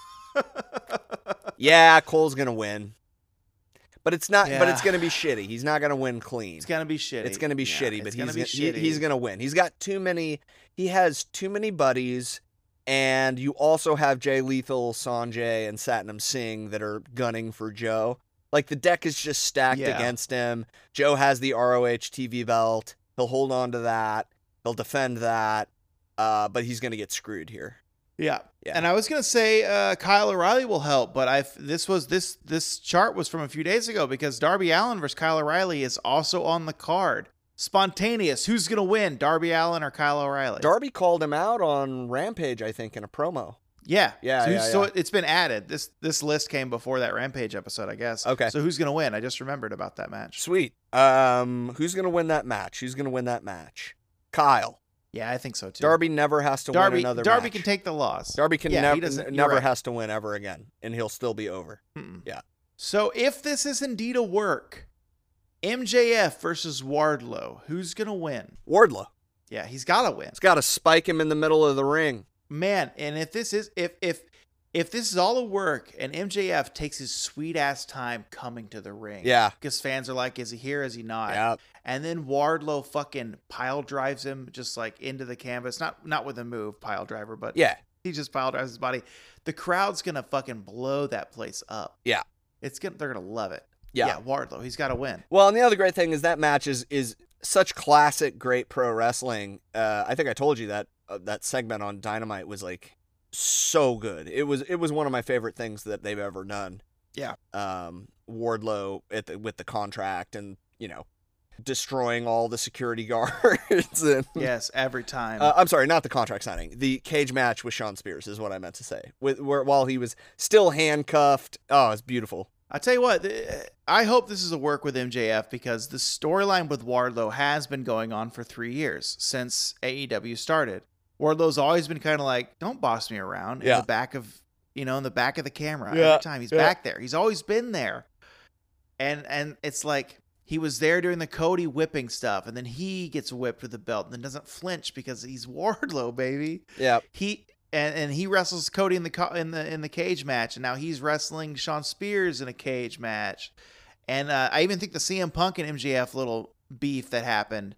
S2: yeah, Cole's gonna win, but it's not. But it's
S1: Yeah.
S2: gonna be shitty. He's not gonna win clean.
S1: it's gonna be shitty.
S2: It's gonna be
S1: Yeah,
S2: shitty, but
S1: it's
S2: he's
S1: gonna be
S2: gonna- he-
S1: shitty.
S2: he's gonna win. He's got too many. He has too many buddies And you also have Jay Lethal, Sanjay, and Satnam Singh that are gunning for Joe. Like the deck is just stacked
S1: Yeah.
S2: against him. Joe has the ROH TV belt. He'll hold on to that. He'll defend that. Uh, but he's gonna get screwed here.
S1: Yeah.
S2: Yeah.
S1: And I was gonna say uh, Kyle O'Reilly will help, but I this was this this chart was from a few days ago because Darby Allen versus Kyle O'Reilly is also on the card. Spontaneous. Who's gonna win, Darby Allen or Kyle O'Reilly?
S2: Darby called him out on Rampage, I think, in a promo.
S1: yeah.
S2: Yeah,
S1: So, who's-
S2: yeah,
S1: so
S2: yeah.
S1: it- it's been added. This this list came before that Rampage episode, I guess.
S2: Okay.
S1: So who's gonna win? I just remembered about that match.
S2: Sweet. Um, who's gonna win that match? Who's gonna win that match? Kyle.
S1: Yeah, I think so too.
S2: Darby never has to
S1: Darby
S2: win another
S1: Darby
S2: match.
S1: can take the loss.
S2: Darby can
S1: Yeah, he
S2: never
S1: doesn't- you're
S2: never
S1: right.
S2: has to win ever again, and he'll still be over.
S1: Mm-mm.
S2: Yeah.
S1: So if this is indeed a work, MJF versus Wardlow, who's gonna win?
S2: Wardlow.
S1: Yeah, he's gotta win.
S2: It's got to spike him in the middle of the ring.
S1: man and if this is if if if this is all a work and mjf takes his sweet ass time coming to the ring
S2: Yeah.
S1: because fans are like is he here is he not
S2: Yeah.
S1: and then wardlow fucking pile drives him just like into the canvas not not with a move pile driver but
S2: Yeah.
S1: he just pile drives his body the crowd's gonna fucking blow that place up
S2: Yeah.
S1: it's gonna they're gonna love it
S2: Yeah.
S1: wardlow he's gotta win
S2: Well, and the other great thing is that match is is such classic great pro wrestling. Uh, I think I told you that uh, that segment on Dynamite was like so good. It was it was one of my favorite things that they've ever done.
S1: Yeah.
S2: Um, Wardlow at the, with the contract and you know destroying all the security guards and
S1: yes every time
S2: Uh, I'm sorry, not the contract signing. The cage match with Sean Spears is what I meant to say. With where, while he was still handcuffed. Oh, it's beautiful.
S1: I tell you what, th- I hope this is a work with MJF because the storyline with Wardlow has been going on for three years since AEW started. Wardlow's always been kind of like, "Don't boss me around."
S2: Yeah.
S1: In the back of you know, in the back of the camera
S2: Yeah,
S1: every time he's
S2: yeah.
S1: back there. He's always been there, and and it's like he was there during the Cody whipping stuff, and then he gets whipped with the belt, and then doesn't flinch because he's Wardlow, baby
S2: Yeah,
S1: he and, and he wrestles Cody in the co- in the in the cage match, and now he's wrestling Sean Spears in a cage match, and uh, I even think the CM Punk and MJF little beef that happened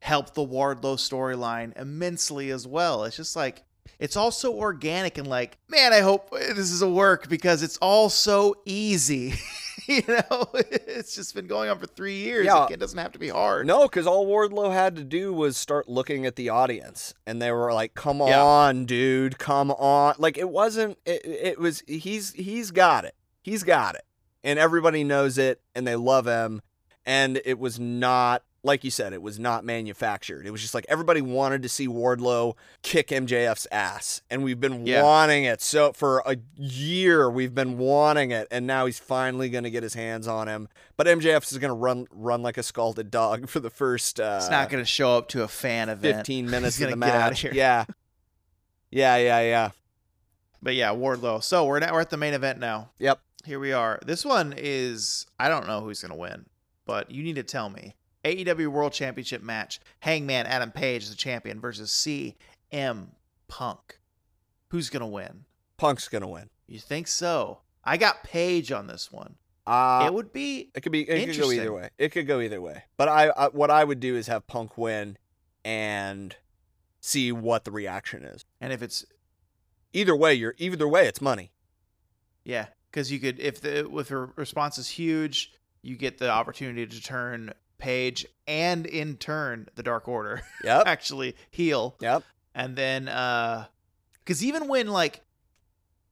S1: helped the Wardlow storyline immensely as well. It's just like it's all so organic and like, man, I hope this is a work because it's all so easy. you know, it's just been going on for three years.
S2: Yeah.
S1: It doesn't have to be hard.
S2: no, because all Wardlow had to do was start looking at the audience, and they were like, "Come
S1: Yeah.
S2: on, dude, come on!" Like it wasn't. It, it was. He's he's got it. He's got it, and everybody knows it, and they love him. And it was not like you said. It was not manufactured. It was just like everybody wanted to see Wardlow kick MJF's ass, and we've been
S1: Yeah.
S2: wanting it. So for a year, we've been wanting it, and now he's finally going to get his hands on him. But MJF is going to run run like a scalded dog for the first uh,
S1: It's not going to show up to a fan event.
S2: 15 minutes
S1: He's
S2: of the
S1: gonna get outta
S2: match.
S1: here.
S2: Yeah, yeah, yeah, yeah.
S1: But yeah, Wardlow. So we're now, we're at the main event now.
S2: Yep.
S1: Here we are. This one is I don't know who's gonna win, but you need to tell me. AEW World Championship match: Hangman Adam Page is the champion versus CM Punk. Who's gonna win?
S2: Punk's going to win.
S1: You think so? I got Page on this one.
S2: Uh,
S1: it would be
S2: It could be. It could go either
S1: Interesting.
S2: way. It could go either way. But I, I, what I would do is have Punk win, and see what the reaction is.
S1: and if it's
S2: Either way, you're either way, it's money.
S1: yeah, because you could if the if the response is huge, you get the opportunity to turn Page and in turn the Dark Order
S2: Yep.
S1: actually heal.
S2: yep.
S1: and then uh because even when like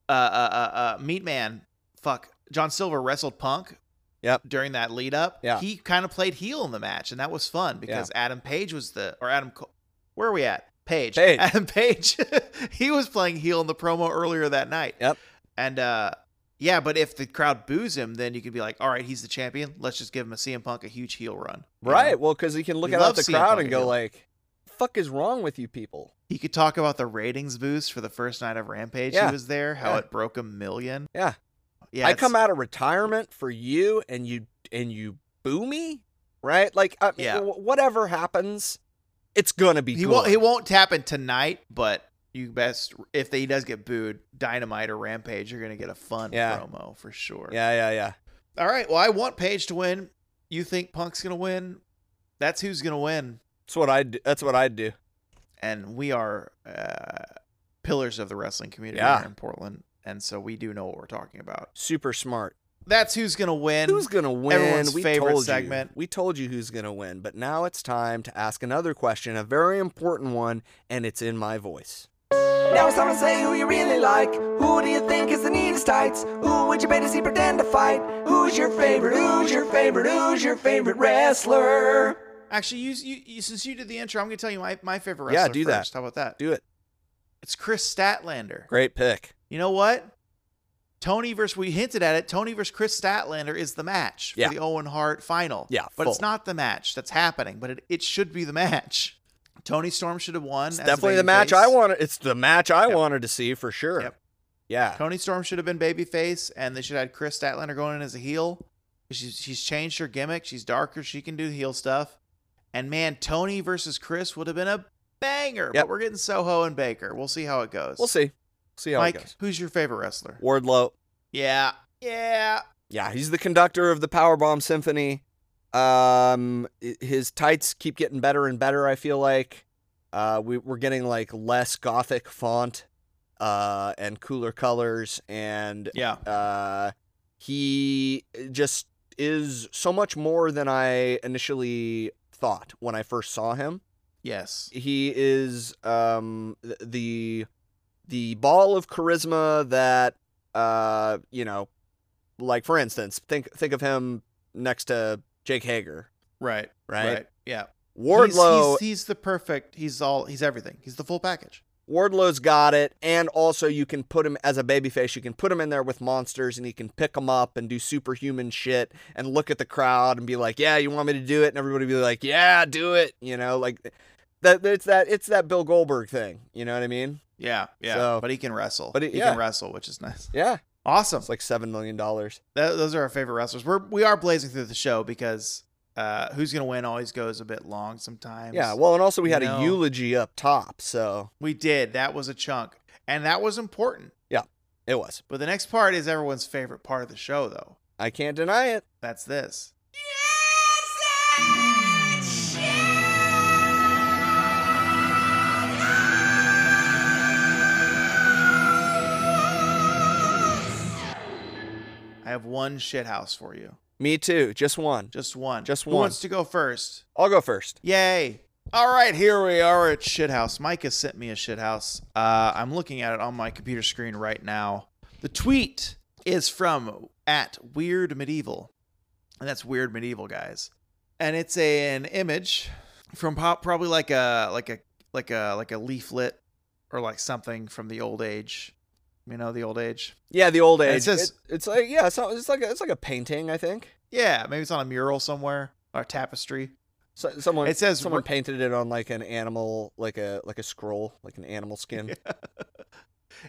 S1: uh uh uh, uh meat man fuck john silver wrestled punk
S2: Yep.
S1: during that lead up
S2: Yeah.
S1: he kind of played heel in the match and that was fun because adam page was the or adam Co- where are we at page,
S2: Page.
S1: adam page he was playing heel in the promo earlier that night
S2: Yep.
S1: and uh yeah, but if the crowd boos him, then you could be like, "All right, he's the champion. Let's just give him a CM Punk a huge heel run." You know?
S2: Right. Well, because he can look
S1: We
S2: out
S1: love
S2: at the
S1: CM
S2: crowd
S1: Punk
S2: and go
S1: heel.
S2: like, "Fuck is wrong with you people?"
S1: He could talk about the ratings boost for the first night of Rampage.
S2: Yeah.
S1: He was there, how
S2: Yeah.
S1: it broke a million.
S2: Yeah.
S1: yeah.
S2: I
S1: it's-
S2: come out of retirement for you, and you and you boo me, right? Like, I,
S1: Yeah.
S2: wh- whatever happens, it's gonna be
S1: He
S2: good.
S1: won't. He won't happen tonight, but you best if he does get booed, Dynamite or Rampage, you're gonna get a fun
S2: Yeah.
S1: promo for sure.
S2: yeah, yeah, yeah.
S1: All right. Well, I want Page to win. You think Punk's gonna win? That's who's gonna win.
S2: That's what I. That's what I'd do.
S1: And we are uh, pillars of the wrestling community
S2: Yeah.
S1: here in Portland, and so we do know what we're talking about.
S2: Super smart.
S1: That's who's gonna win.
S2: who's gonna win?
S1: everyone's
S2: we
S1: favorite
S2: told
S1: segment.
S2: You. We told you who's gonna win, but now it's time to ask another question, a very important one, and it's in my voice.
S3: Now it's time to say who you really like. Who do you think is the neatest tights? Who would you bet to see pretend to fight? Who's your favorite? Who's your favorite? Who's your favorite wrestler?
S1: Actually, you, you, you since you did the intro, I'm gonna tell you my, my favorite
S2: Yeah,
S1: wrestler
S2: do that.
S1: first. How about that?
S2: Do it.
S1: It's Chris Statlander.
S2: Great pick.
S1: You know what? Tony versus we hinted at it. Tony versus Chris Statlander is the match
S2: Yeah.
S1: for the Owen Hart final.
S2: Yeah,
S1: but it's
S2: full.
S1: not the match that's happening. But it, it should be the match. Tony Storm should have won.
S2: It's
S1: as
S2: definitely the match I
S1: babyface.
S2: wanted. It's the match I
S1: Yep.
S2: wanted to see for sure.
S1: Yep.
S2: Yeah.
S1: Tony Storm should have been babyface, and they should have had Chris Statlander going in as a heel. She's she's changed her gimmick. She's darker. She can do heel stuff. And man, Tony versus Chris would have been a banger.
S2: Yep.
S1: But we're getting Soho and Baker. We'll see how it goes.
S2: We'll see. See how
S1: Mike,
S2: it goes.
S1: who's your favorite wrestler?
S2: Wardlow.
S1: Yeah, yeah.
S2: Yeah, he's the conductor of the Powerbomb Symphony. Um, i- his tights keep getting better and better. I feel like uh, we, we're getting like less gothic font, uh, and cooler colors, and
S1: Yeah.
S2: uh, he just is so much more than I initially thought when I first saw him
S1: Yes.
S2: he is um th- the the ball of charisma that uh you know like for instance think think of him next to Jake Hager
S1: Right.
S2: right,
S1: Yeah. He's-
S2: Wardlow
S1: He's, he's the perfect. He's all. He's everything. He's the full package.
S2: Wardlow's got it and also you can put him as a babyface you can put him in there with monsters and he can pick them up and do superhuman shit and look at the crowd and be like yeah you want me to do it and everybody be like yeah do it you know like that it's that it's that Bill Goldberg thing you know what I mean
S1: Yeah. Yeah.
S2: So-
S1: but he can wrestle.
S2: But he-
S1: he
S2: yeah.
S1: can wrestle, which is nice.
S2: yeah
S1: Awesome.
S2: It's like seven million dollars.
S1: Tho- those are our favorite wrestlers. We're we are blazing through the show because uh, who's gonna win always goes a bit long sometimes.
S2: Yeah. Well, and also we had
S1: No.
S2: a eulogy up top, so
S1: we did. That was a chunk, and that was important.
S2: it was.
S1: But the next part is everyone's favorite part of the show, though.
S2: I can't deny it.
S1: That's this. I have one shit house for you.
S2: Me too. Just one.
S1: Just one.
S2: Just
S1: Who
S2: one.
S1: wants to go first?
S2: I'll go first.
S1: Yay. All right, here we are at Shithouse. Mike has sent me a Shithouse. Uh, I'm looking at it on my computer screen right now. The tweet is from at Weird Medieval. And that's Weird Medieval, guys. And it's a, an image from pop, probably like a like a like a like a leaflet or like something from the old age. You know, the old age.
S2: Yeah, the old
S1: And it
S2: age.
S1: says-
S2: It- it's like yeah, it's, not, it's like a, it's like a painting. I think
S1: Yeah, maybe it's on a mural somewhere or a tapestry.
S2: so, someone
S1: It says
S2: someone
S1: re-
S2: painted it on like an animal, like a like a scroll, like an animal skin.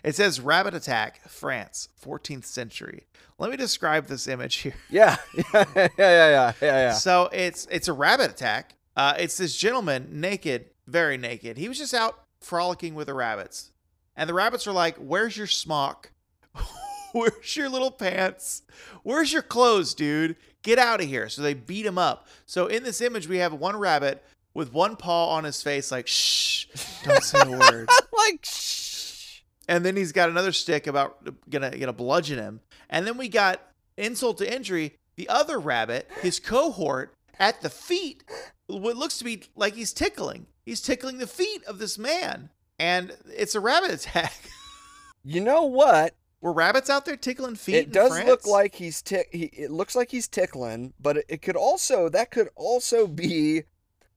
S1: It says Rabbit Attack, France, 14th century. Let me describe this image here.
S2: Yeah, yeah, yeah, yeah, yeah, yeah. yeah.
S1: So it's it's a rabbit attack. Uh, it's this gentleman naked, very naked. He was just out frolicking with the rabbits, and the rabbits are like, "Where's your smock? Where's your little pants? Where's your clothes, dude? Get out of here!" So they beat him up. So in this image, we have one rabbit with one paw on his face, like, "Shh, don't say a word."
S2: Like shh.
S1: and then he's got another stick about gonna gonna bludgeon him and then we got insult to injury the other rabbit his cohort at the feet what looks to be like he's tickling he's tickling the feet of this man and it's a rabbit attack
S2: You know what?
S1: were rabbits out there tickling feet in
S2: it does
S1: France?
S2: look like he's tick. He, it looks like he's tickling, but it, it could also that could also be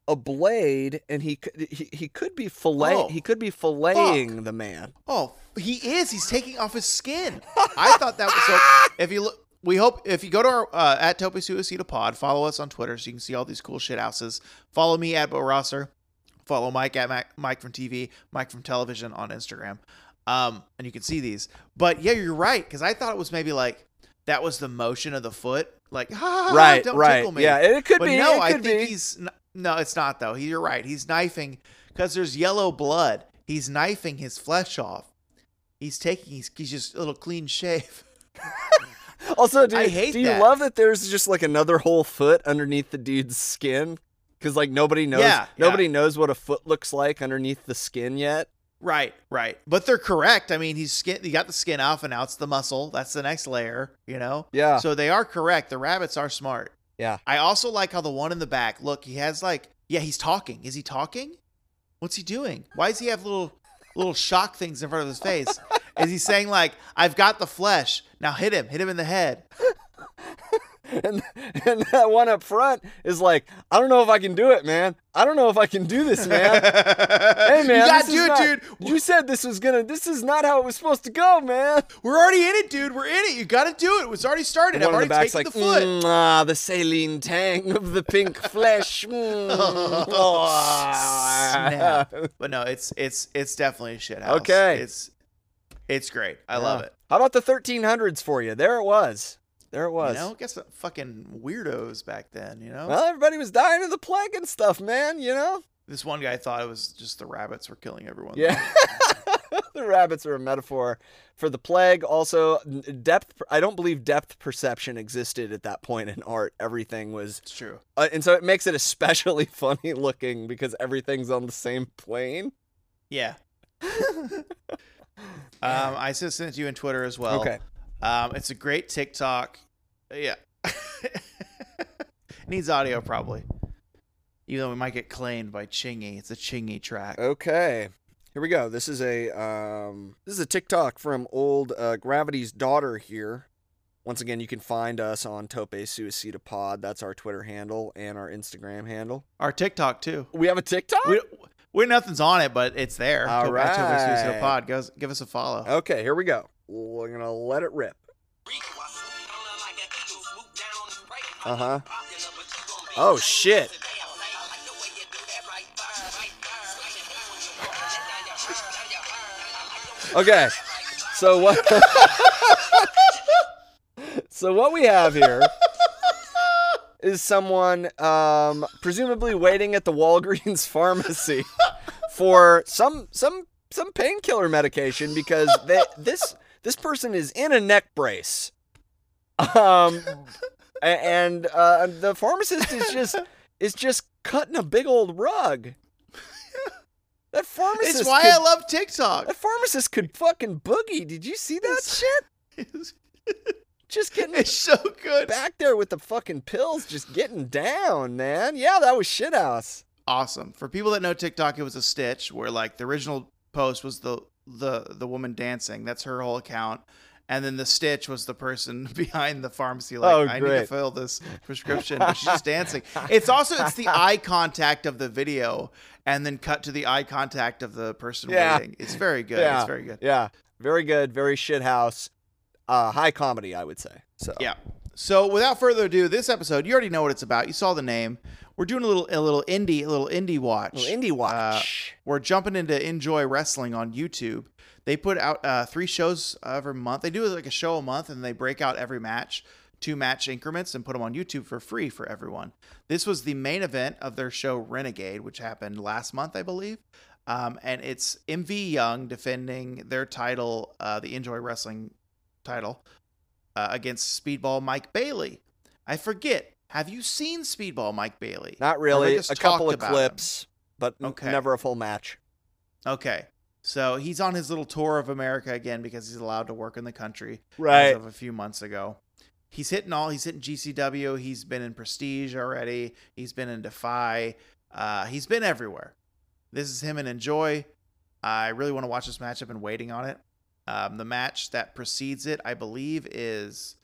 S2: a blade, and he could he, he could be fillet.
S1: Oh,
S2: he could be filleting the man.
S1: oh he is he's taking off his skin i thought that was so if you look we hope if you go to our uh, at Topi Suicida Pod, follow us on Twitter so you can see all these cool shit houses. Follow me at Bo Rosser. follow Mike at Mac, Mike from TV, Mike from Television on Instagram, um, and you can see these. But yeah, you're right because I thought it was maybe like that was the motion of the foot, like ha, ha, ha,
S2: right,
S1: Ah, don't
S2: right.
S1: tickle me.
S2: Yeah, it could
S1: but
S2: be.
S1: no,
S2: it
S1: I
S2: could
S1: think
S2: be.
S1: he's n- no, it's not though. He, you're right. He's knifing because there's yellow blood. He's knifing his flesh off. He's taking. He's, he's just a little clean shave.
S2: also, do,
S1: I
S2: you-
S1: hate
S2: do you
S1: that.
S2: love that there's just like another whole foot underneath the dude's skin? Because like nobody knows,
S1: Yeah, yeah.
S2: nobody knows what a foot looks like underneath the skin yet.
S1: Right, right. But they're correct. I mean, he's skin. He got the skin off, and now it's the muscle. That's the next layer. You know.
S2: Yeah.
S1: So they are correct. The rabbits are smart.
S2: Yeah.
S1: I also like how the one in the back. Look, he has like. Yeah, he's talking. Is he talking? What's he doing? Why does he have little little shock things in front of his face? Is he saying like, "I've got the flesh. Now hit him. Hit him in the head."
S2: and, and that one up front is like, I don't know if I can do it, man. I don't know if I can do this, man. Hey, man,
S1: You gotta
S2: this is
S1: do it,
S2: not-
S1: dude.
S2: You said this was gonna. This is not how it was supposed to go, man.
S1: We're already in it, dude. We're in it. You gotta do it. It's already started. I've
S2: One in
S1: already
S2: the back's
S1: taken
S2: like,
S1: the foot.
S2: "Mm, ah, the saline tang of the pink flesh. Mm. Oh.
S1: Snap. But no, it's it's it's definitely a shit house.
S2: Okay.
S1: It's it's great. I love
S2: Yeah.
S1: it.
S2: How about the 1300s for you? There it was. There it
S1: You
S2: was.
S1: know, I guess the fucking weirdos back then, you know?
S2: Well, everybody was dying of the plague and stuff, man. You know.
S1: This one guy thought it was just the rabbits were killing everyone.
S2: Oh, Yeah. the rabbits are a metaphor for the plague. Also, n- depth. I don't believe depth perception existed at that point in art. Everything was,
S1: It's true.
S2: uh, and so it makes it especially funny looking because everything's on the same plane.
S1: Yeah. um, I sent sent it to you in Twitter as well.
S2: Okay.
S1: Um, it's a great TikTok. Yeah. Needs audio probably. Even though we might get claimed by Chingy. It's a Chingy track.
S2: Oh. Okay. Here we go. This is a um, this is a TikTok from old uh, Gravity's daughter here. Once again, you can find us on Tope Suicida Pod. That's our Twitter handle and our Instagram handle.
S1: Our TikTok too.
S2: We have a TikTok.
S1: we, we nothing's on it, but it's there.
S2: All
S1: All right.
S2: right. Oh,
S1: Pod. Give us, give us a follow.
S2: Okay, here we go. We're gonna let it rip.
S4: Uh huh.
S2: Oh shit. Okay. So what So what we have here is someone um presumably waiting at the Walgreens pharmacy for some some some painkiller medication because they, this this person is in a neck brace. Um a- and uh the pharmacist is just is just cutting a big old rug. That pharmacist
S1: It's why
S2: could
S1: I love TikTok.
S2: that pharmacist could fucking boogie. Did you see that
S1: It's-
S2: shit?
S1: It's,
S2: Just getting
S1: it's so good.
S2: back there with the fucking pills, just getting down, man. Yeah, that was shit house.
S1: Awesome. For people that know TikTok, it was a stitch where like the original post was the the the woman dancing. That's her whole account. And then the stitch was the person behind the pharmacy, like
S2: Oh,
S1: I need to
S2: great.
S1: fill this prescription. But she's just dancing. It's also it's the eye contact of the video, and then cut to the eye contact of the person
S2: Yeah.
S1: waiting. It's very good.
S2: Yeah.
S1: It's very good.
S2: Yeah, very good, very shit house. Uh, high comedy, I would say. So
S1: Yeah. So without further ado, this episode, you already know what it's about. You saw the name. We're doing a little a little indie a little indie watch.
S2: Little indie watch.
S1: We're jumping into Enjoy Wrestling on YouTube. They put out uh, three shows every month. They do like a show a month, and they break out every match, two match increments, and put them on YouTube for free for everyone. This was the main event of their show Renegade, which happened last month, I believe. Um, and it's MV Young defending their title, uh, the Enjoy Wrestling title, uh, against Speedball Mike Bailey. I forget. Have you seen Speedball Mike Bailey?
S2: not
S1: Or
S2: really.
S1: they
S2: A
S1: just
S2: couple
S1: talked
S2: of
S1: about him.
S2: clips, but n-
S1: Okay.
S2: never a full match.
S1: Okay. So he's on his little tour of America again because he's allowed to work in the country as of a few months ago. He's hitting all. He's hitting GCW. He's been in Prestige already. He's been in Defy. Uh, he's been everywhere. This is him and Enjoy. I really want to watch this match. I've been waiting on it. Um, the match that precedes it, I believe, is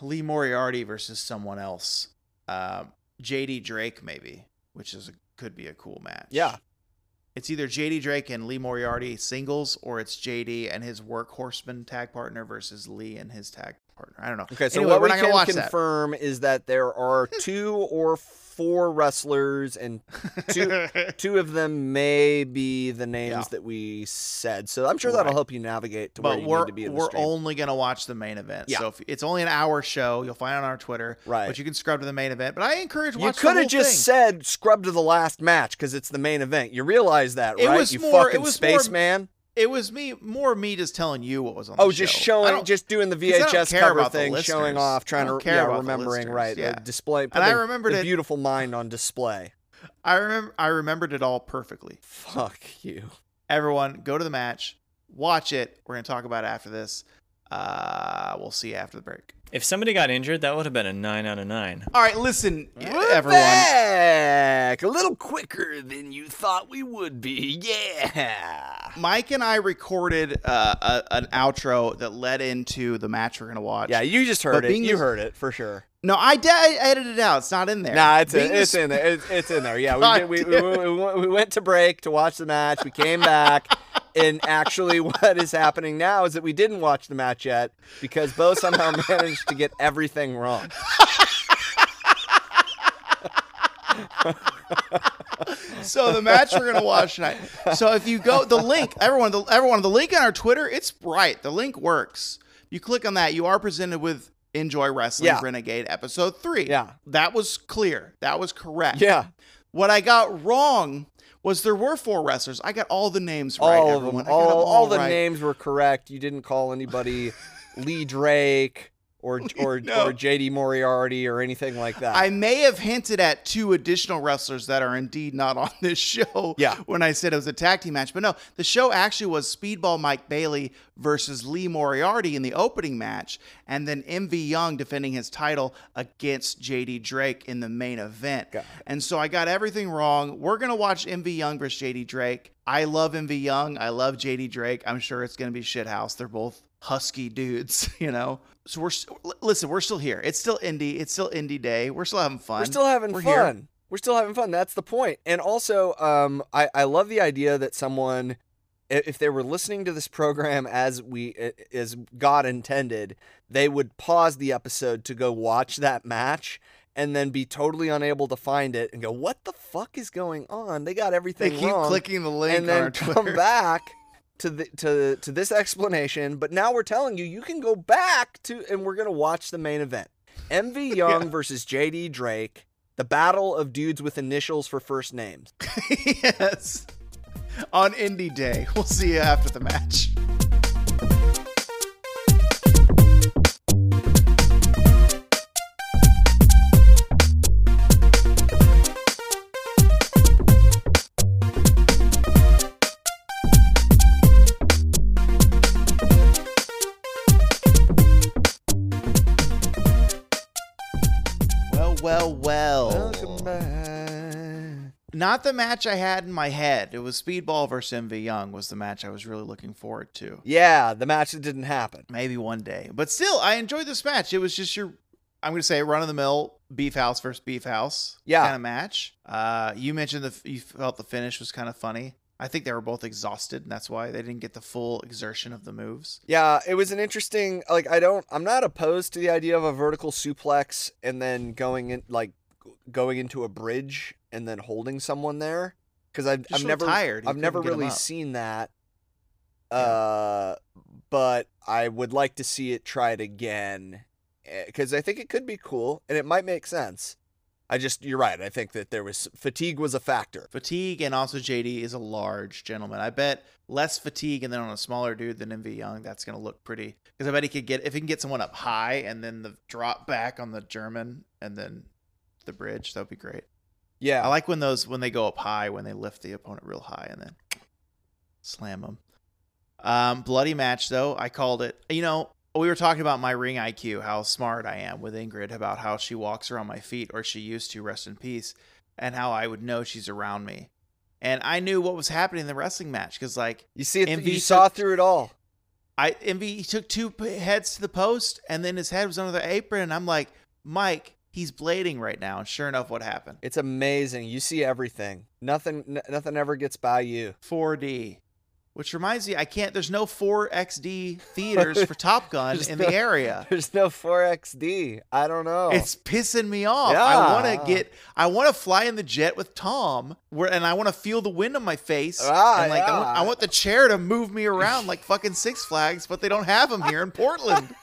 S1: Lee Moriarty versus someone else. Um, JD Drake, maybe, which is a, could be a cool match.
S2: Yeah.
S1: It's either JD Drake and Lee Moriarty singles, or it's JD and his workhorseman tag partner versus Lee and his tag partner. I don't know.
S2: Okay, so
S1: Anyway,
S2: what
S1: we're
S2: we
S1: not gonna
S2: can
S1: watch that.
S2: confirm is that there are two or four wrestlers, and two- two of them may be the names
S1: Yeah.
S2: that we said. So I'm sure that'll
S1: Right.
S2: help you navigate to where
S1: but
S2: you
S1: we're
S2: need to be in the
S1: we're
S2: stream.
S1: only gonna watch the main event.
S2: Yeah.
S1: So if it's only an hour show, you'll find it on our Twitter.
S2: Right.
S1: But you can scrub to the main event. But I encourage
S2: You
S1: watch.
S2: could have
S1: have
S2: just said scrub to the last match because it's the main event. You realize that,
S1: It
S2: right?
S1: was
S2: you
S1: more- it
S2: fucking
S1: was more-
S2: spaceman.
S1: it was me more me just telling you what was on.
S2: Oh,
S1: the
S2: just
S1: show. I
S2: showing,
S1: don't-
S2: just doing the
S1: 'cause I don't
S2: VHS
S1: care
S2: cover
S1: about the
S2: thing, showing
S1: listeners.
S2: off,
S1: I
S2: trying
S1: don't
S2: to
S1: care
S2: yeah,
S1: about the
S2: remembering
S1: listeners,
S2: right, the
S1: yeah.
S2: display.
S1: I
S2: putting
S1: remembered
S2: the
S1: it-
S2: beautiful mind on display.
S1: I remember I remembered it all perfectly.
S2: Fuck you.
S1: Everyone, go to the match, watch it. We're gonna talk about it after this. Uh, we'll see you after the break.
S5: If somebody got injured, that would have been a nine out of nine.
S1: All right, listen,
S2: We're
S1: everyone.
S2: back a little quicker than you thought we would be. Yeah.
S1: Mike and I recorded uh, a, an outro that led into the match we're gonna watch.
S2: Yeah, you just
S1: But
S2: heard it.
S1: being
S2: You
S1: this-
S2: heard it for sure.
S1: No, I, de- I edited it out. It's not in there.
S2: Nah, it's
S1: Being
S2: in,
S1: this-
S2: it's in there. It's, it's in there. Yeah, we,
S1: God
S2: did, we, we,
S1: damn
S2: we, we went- we went to break to watch the match. We came back, and actually, what is happening now is that we didn't watch the match yet because Bo somehow managed to get everything wrong.
S1: So the match we're gonna watch tonight. So if you go the link, everyone, the, everyone, the link on our Twitter, it's right. The link works. You click on that, you are presented with Enjoy Wrestling
S2: Yeah.
S1: Renegade episode three.
S2: Yeah.
S1: that was clear. That was correct.
S2: Yeah,
S1: What I got wrong was there were four wrestlers. I got all the names right.
S2: all of
S1: everyone.
S2: them.
S1: I got
S2: All, all the
S1: right.
S2: names were correct. You didn't call anybody Lee Drake or or,
S1: No.
S2: or J.D. Moriarty or anything like that.
S1: I may have hinted at two additional wrestlers that are indeed not on this show
S2: Yeah.
S1: when I said it was a tag team match. But no, the show actually was Speedball Mike Bailey versus Lee Moriarty in the opening match, and then MV Young defending his title against JD Drake in the main event.
S2: Got it.
S1: And so I got everything wrong. We're going to watch MV Young versus JD Drake. I love MV Young. I love JD Drake. I'm sure it's going to be shithouse. They're both husky dudes, you know? So we're, st- l- listen, we're still here. It's still indie. It's still indie day. We're still having fun.
S2: We're still having
S1: We're here.
S2: fun. We're still having fun. That's the point. And also, um, I, I love the idea that someone, i- if they were listening to this program as we i- as God intended, they would pause the episode to go watch that match and then be totally unable to find it and go, "What the fuck is going on? They got
S1: They
S2: everything
S1: keep
S2: wrong."
S1: clicking the link
S2: and
S1: on our
S2: then come
S1: Twitter.
S2: back to the to to this explanation. But now we're telling you, you can go back to and we're gonna watch the main event: MV Young versus JD Drake, the battle of dudes with initials for first names.
S1: yes. On indie day. We'll see you after the match. Well, well, well.
S2: Welcome back.
S1: Not the match I had in my head. It was Speedball versus MV Young was the match I was really looking forward to.
S2: Yeah, the match that didn't happen.
S1: Maybe one day. But still, I enjoyed this match. It was just your I'm going to say run of the mill beef house versus beef house
S2: Yeah.
S1: kind of match. Uh you mentioned the f- you felt the finish was kind of funny. I think they were both exhausted and that's why they didn't get the full exertion of the moves.
S2: Yeah, it was an interesting like I don't I'm not opposed to the idea of a vertical suplex and then going in like going into a bridge and then holding someone there cuz I've
S1: Just
S2: I've
S1: so
S2: never
S1: tired. you
S2: I've never
S1: couldn't get 'em
S2: really
S1: up.
S2: seen that. Uh, but I would like to see it tried again because I think it could be cool and it might make sense. I just, you're right. I think that there was fatigue was a factor.
S1: fatigue and also JD is a large gentleman. I bet less fatigue and then on a smaller dude than MV Young, that's gonna look pretty. Because I bet he could get if he can get someone up high and then the drop back on the German and then the bridge, that'd be great.
S2: Yeah.
S1: I like when those when they go up high when they lift the opponent real high and then slam them. Um, bloody match though, I called it. You know, we were talking about my ring IQ, how smart I am with Ingrid about how she walks around my feet or she used to rest in peace, and how I would know she's around me. And I knew what was happening in the wrestling match because like
S2: you see, it, th-
S1: MV
S2: you saw
S1: took-
S2: through it all.
S1: I Envy he took two p- heads to the post and then his head was under the apron and I'm like, Mike, he's blading right now. And sure enough, what happened?
S2: It's amazing. You see everything. Nothing, n- nothing ever gets by you.
S1: 4D. Which reminds me, I can't. There's no 4XD theaters for Top Gun
S2: There's
S1: in
S2: no-
S1: the area.
S2: There's no 4XD. I don't know.
S1: It's pissing me off.
S2: Oh. Yeah.
S1: I want to get. I want to fly in the jet with Tom, where and I want to feel the wind on my face.
S2: Ah,
S1: and like I, want,
S2: yeah.
S1: I want the chair to move me around like fucking Six Flags, but they don't have them here in Portland.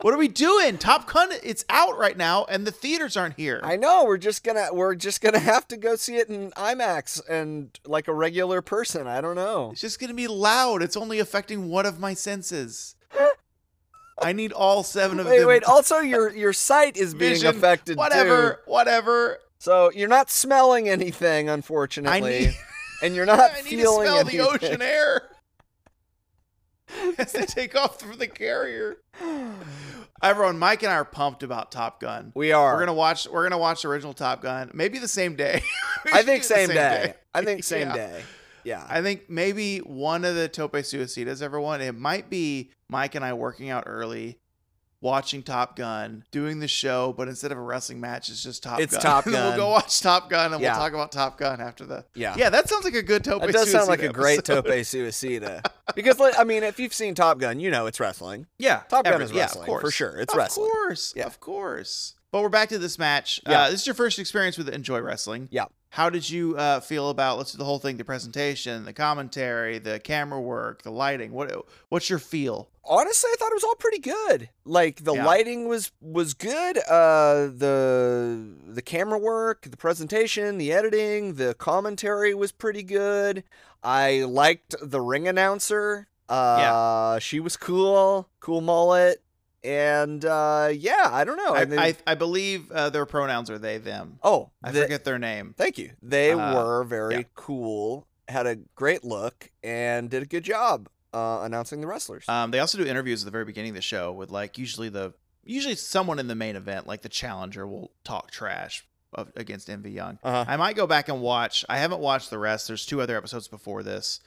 S1: what are we doing? Top Gun, it's out right now, and the theaters aren't here.
S2: I know we're just gonna we're just gonna have to go see it in IMAX and like a regular person. I don't know.
S1: It's just going to be loud. It's only affecting one of my senses. I need all seven of
S2: Wait,
S1: them.
S2: wait. Also, your your sight is being
S1: Vision,
S2: affected
S1: whatever,
S2: too.
S1: whatever.
S2: So you're not smelling anything, unfortunately.
S1: I need
S2: and you're not
S1: I need to
S2: feeling
S1: smell the
S2: anything.
S1: ocean air as they take off from the carrier. Everyone, Mike and I are pumped about Top Gun.
S2: We are.
S1: We're gonna watch. We're gonna watch the original Top Gun. Maybe the same day. We
S2: I
S1: should
S2: think
S1: do the
S2: same, day. I think same
S1: Yeah.
S2: day. Yeah.
S1: I think maybe one of the Tope Suicidas, everyone, it might be Mike and I working out early, watching Top Gun, doing the show, but instead of a wrestling match, it's just Top
S2: It's
S1: Gun.
S2: Top
S1: And then
S2: Gun.
S1: we'll go watch Top Gun and
S2: Yeah.
S1: we'll talk about Top Gun after the.
S2: yeah.
S1: Yeah, that sounds like a good Tope
S2: That does sound
S1: Suicida
S2: like a great
S1: episode.
S2: tope suicida. because like, I mean, if you've seen Top Gun, you know it's wrestling.
S1: Yeah,
S2: Top Gun
S1: every-
S2: is
S1: yeah,
S2: wrestling
S1: of course.
S2: for sure. It's
S1: of
S2: wrestling.
S1: course,
S2: Yeah.
S1: of course. But we're back to this match.
S2: Yeah.
S1: Uh, this is your first experience with Enjoy Wrestling.
S2: Yeah.
S1: How did you uh, feel about let's do the whole thing, the presentation, the commentary, the camera work, the lighting? What what's your feel?
S2: honestly i thought it was all pretty good like the
S1: Yeah.
S2: lighting was was good uh the the camera work the presentation the editing the commentary was pretty good i liked the ring announcer uh she was cool cool mullet and uh yeah i don't know
S1: I,
S2: and they-
S1: I, I believe uh, their pronouns are they them.
S2: oh
S1: I
S2: the-
S1: forget their name.
S2: thank you they
S1: Uh,
S2: were very
S1: yeah.
S2: cool had a great look and did a good job uh announcing the wrestlers
S1: Um, they also do interviews at the very beginning of the show with like usually the usually someone in the main event, like the challenger, will talk trash of, against Envy Young.
S2: uh-huh.
S1: I might go back and watch. I haven't watched the rest. There's two other episodes before this.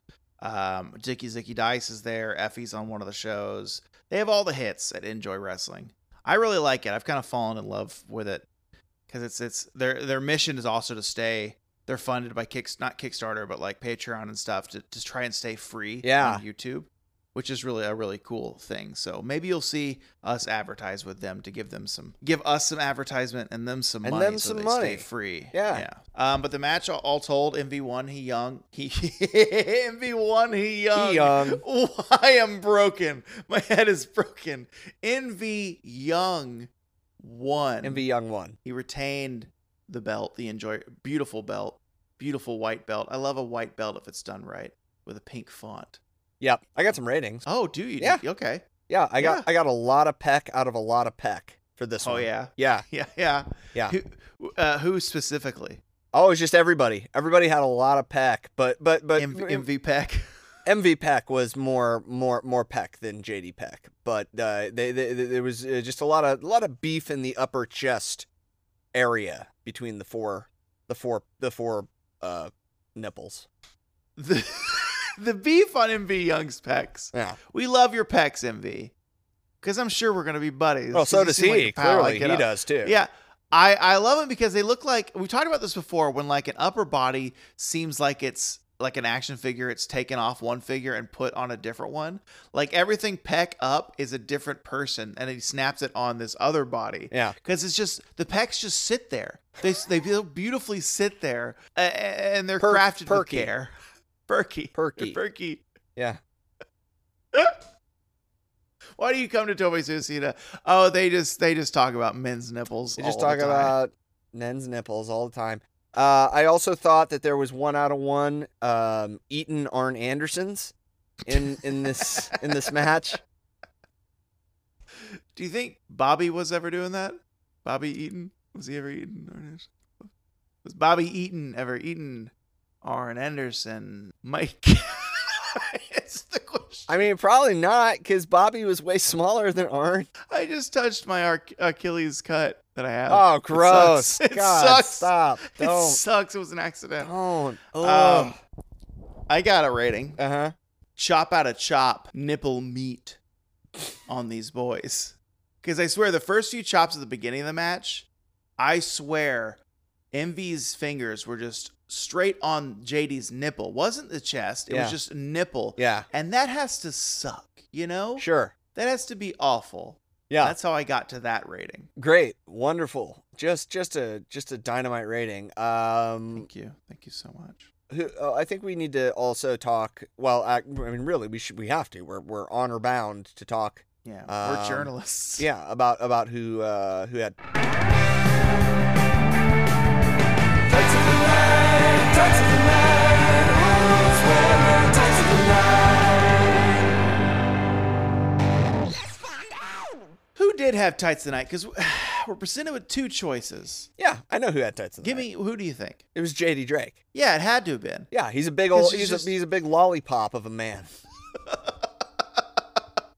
S1: Um, Dicky Zicky Dice is there. Effie's on one of the shows. They have all the hits at Enjoy Wrestling. I really like it. I've kind of fallen in love with it because it's it's their their mission is also to stay. They're funded by Kicks not Kickstarter but like Patreon and stuff to to try and stay free
S2: Yeah.
S1: on YouTube, which is really a really cool thing. So maybe you'll see us advertise with them to give them some give us some advertisement and them some
S2: And
S1: money
S2: them
S1: so
S2: some
S1: they
S2: money.
S1: stay free.
S2: Yeah.
S1: Yeah. Um, but the match, all- all told, MV one, he young, he MV one, he young.
S2: He young.
S1: Oh, I am broken. My head is broken. NV Young won.
S2: mv young one
S1: He retained the belt, the enjoy beautiful belt, beautiful white belt. I love a white belt if it's done right with a pink font.
S2: Yep, I got some ratings.
S1: Oh, do you?
S2: Yeah.
S1: Okay.
S2: Yeah, I got
S1: Yeah.
S2: I got a lot of peck out of a lot of peck for this one.
S1: Oh yeah.
S2: yeah.
S1: Yeah. Yeah.
S2: Yeah.
S1: Who, uh, who specifically?
S2: Oh, it's just everybody. Everybody had a lot of peck, but but but
S1: MV,
S2: MV,
S1: MV Peck.
S2: Peck was more more more peck than JD Peck. But uh, they, they, they- there was uh, just a lot of a lot of beef in the upper chest area between the four the four the four uh nipples.
S1: The, the beef on MV Young's pecs.
S2: Yeah.
S1: We love your pecs, MV. Because I'm sure we're going to be buddies.
S2: Well,
S1: 'Cause
S2: Oh, so
S1: you
S2: does
S1: seem like
S2: he.
S1: a pal. I
S2: Clearly,
S1: get
S2: he
S1: up.
S2: does too.
S1: Yeah. I, I love them because they look like we've talked about this before when like an upper body seems like it's like an action figure it's taken off one figure and put on a different one like everything peck up is a different person and he snaps it on this other body
S2: Yeah.
S1: because it's just the pecs just sit there they they feel beautifully sit there a- a- and they're
S2: Per-
S1: crafted
S2: perky.
S1: with care perky
S2: Perky.
S1: perky
S2: Yeah.
S1: why do you come to Toby Suicida? Oh, they just they just talk about men's nipples.
S2: They just
S1: all
S2: talk
S1: the time.
S2: about men's nipples all the time. Uh, I also thought that there was one out of one um, Eaton Arn Andersons in in this in this match.
S1: Do you think Bobby was ever doing that? Bobby Eaton? Was he ever eating? Arn Anderson? Was Bobby Eaton ever eating Arn Anderson? Mike? it's the question.
S2: I mean, probably not because Bobby was way smaller than Arn.
S1: I just touched my Ar- Achilles cut that I have.
S2: Oh, gross!
S1: sucks. It
S2: God,
S1: sucks.
S2: Stop!
S1: it
S2: Don't
S1: sucks. It was an accident.
S2: don't.
S1: Um,
S2: Oh.
S1: I got a rating.
S2: uh huh.
S1: chop out a chop nipple meat on these boys. Because I swear, the first few chops at the beginning of the match, I swear, Envy's fingers were just straight on JD's nipple. Wasn't the chest, it
S2: Yeah.
S1: was just nipple.
S2: Yeah.
S1: And that has to suck, you know?
S2: Sure.
S1: That has to be awful.
S2: Yeah.
S1: Oh. That's how I got to that rating.
S2: Great. Wonderful. Just just a just a dynamite rating. Um,
S1: Thank you. Thank you so much.
S2: who, uh, I think we need to also talk. Well, I, I mean, really, we should. We have to. We're we're honor bound to talk.
S1: Yeah.
S2: Um,
S1: we're journalists.
S2: Yeah, about about who uh, who had.
S3: Tights of the night, tights of the night, rules wearer, tights of the night.
S1: Who did have tights tonight? Because we're presented with two choices.
S2: Yeah, I know who had Tits in the
S1: Give
S2: Night.
S1: me who do you think?
S2: It was J.D. Drake.
S1: Yeah, it had to have been.
S2: Yeah, he's a big
S1: It's
S2: old. He's
S1: just-
S2: a he's a big lollipop of a man.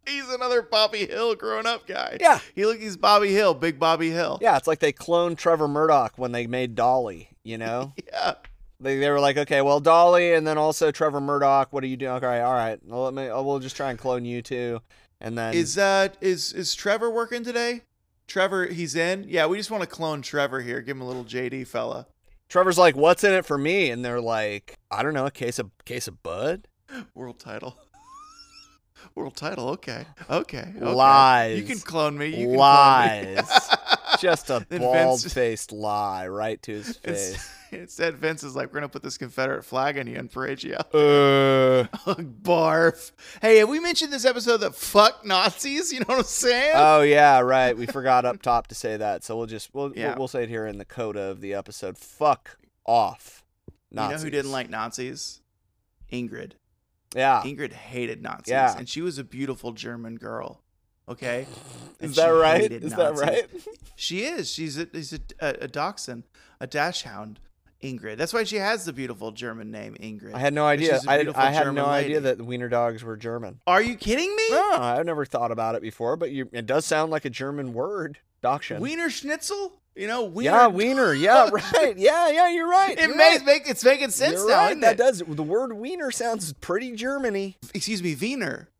S1: He's another Bobby Hill grown up guy.
S2: Yeah.
S1: He look he's Bobby Hill, big Bobby Hill.
S2: Yeah, it's like they cloned Trevor Murdoch when they made Dolly. You know,
S1: Yeah.
S2: they they were like, okay, well Dolly, and then also Trevor Murdoch. What are you doing? All right, all right. Well, let me. oh, We'll just try and clone you too, and then
S1: Is uh is is Trevor working today? Trevor, he's in. Yeah, we just want to clone Trevor here. Give him a little JD fella.
S2: Trevor's like, what's in it for me? And they're like, I don't know, a case of case of bud.
S1: World title. World title. Okay. Okay. okay.
S2: Lies.
S1: You can clone me. You can Clone me.
S2: Lies. just a
S1: Then Vince-
S2: bald faced lie right to his
S1: It's-
S2: face.
S1: Instead, Vince is like, "We're gonna put this Confederate flag on you and parade you out."
S2: Uh,
S1: Barf. Hey, have we mentioned this episode that fuck Nazis? You know what I'm saying?
S2: oh yeah, right. We forgot up top to say that, so we'll just we'll
S1: Yeah.
S2: we'll, we'll say it here in the coda of the episode. Fuck off, Nazis.
S1: You know who didn't like Nazis? Ingrid.
S2: Yeah,
S1: Ingrid hated Nazis,
S2: Ah. Yeah.
S1: and she was a beautiful German girl. Okay, And
S2: is that
S1: she
S2: right?
S1: hated
S2: Is that
S1: Nazis.
S2: right?
S1: She is. She's a, she's a, a, a dachshund, a dash hound. Ingrid. That's why she has the beautiful German name Ingrid.
S2: I had no
S1: And
S2: idea.
S1: she's a
S2: I,
S1: beautiful
S2: I had
S1: German
S2: no idea
S1: lady.
S2: that wiener dogs were German.
S1: Are you kidding me?
S2: No, I've never thought about it before, but you, it does sound like a German word. Dachshund.
S1: Wiener Schnitzel. You know, wiener.
S2: Yeah, wiener. Yeah, right. Yeah, yeah, you're right.
S1: It
S2: you're
S1: makes
S2: right.
S1: make it's making sense
S2: You're
S1: now.
S2: right,
S1: isn't
S2: That
S1: it?
S2: does. The word wiener sounds pretty Germany.
S1: Excuse me, Wiener.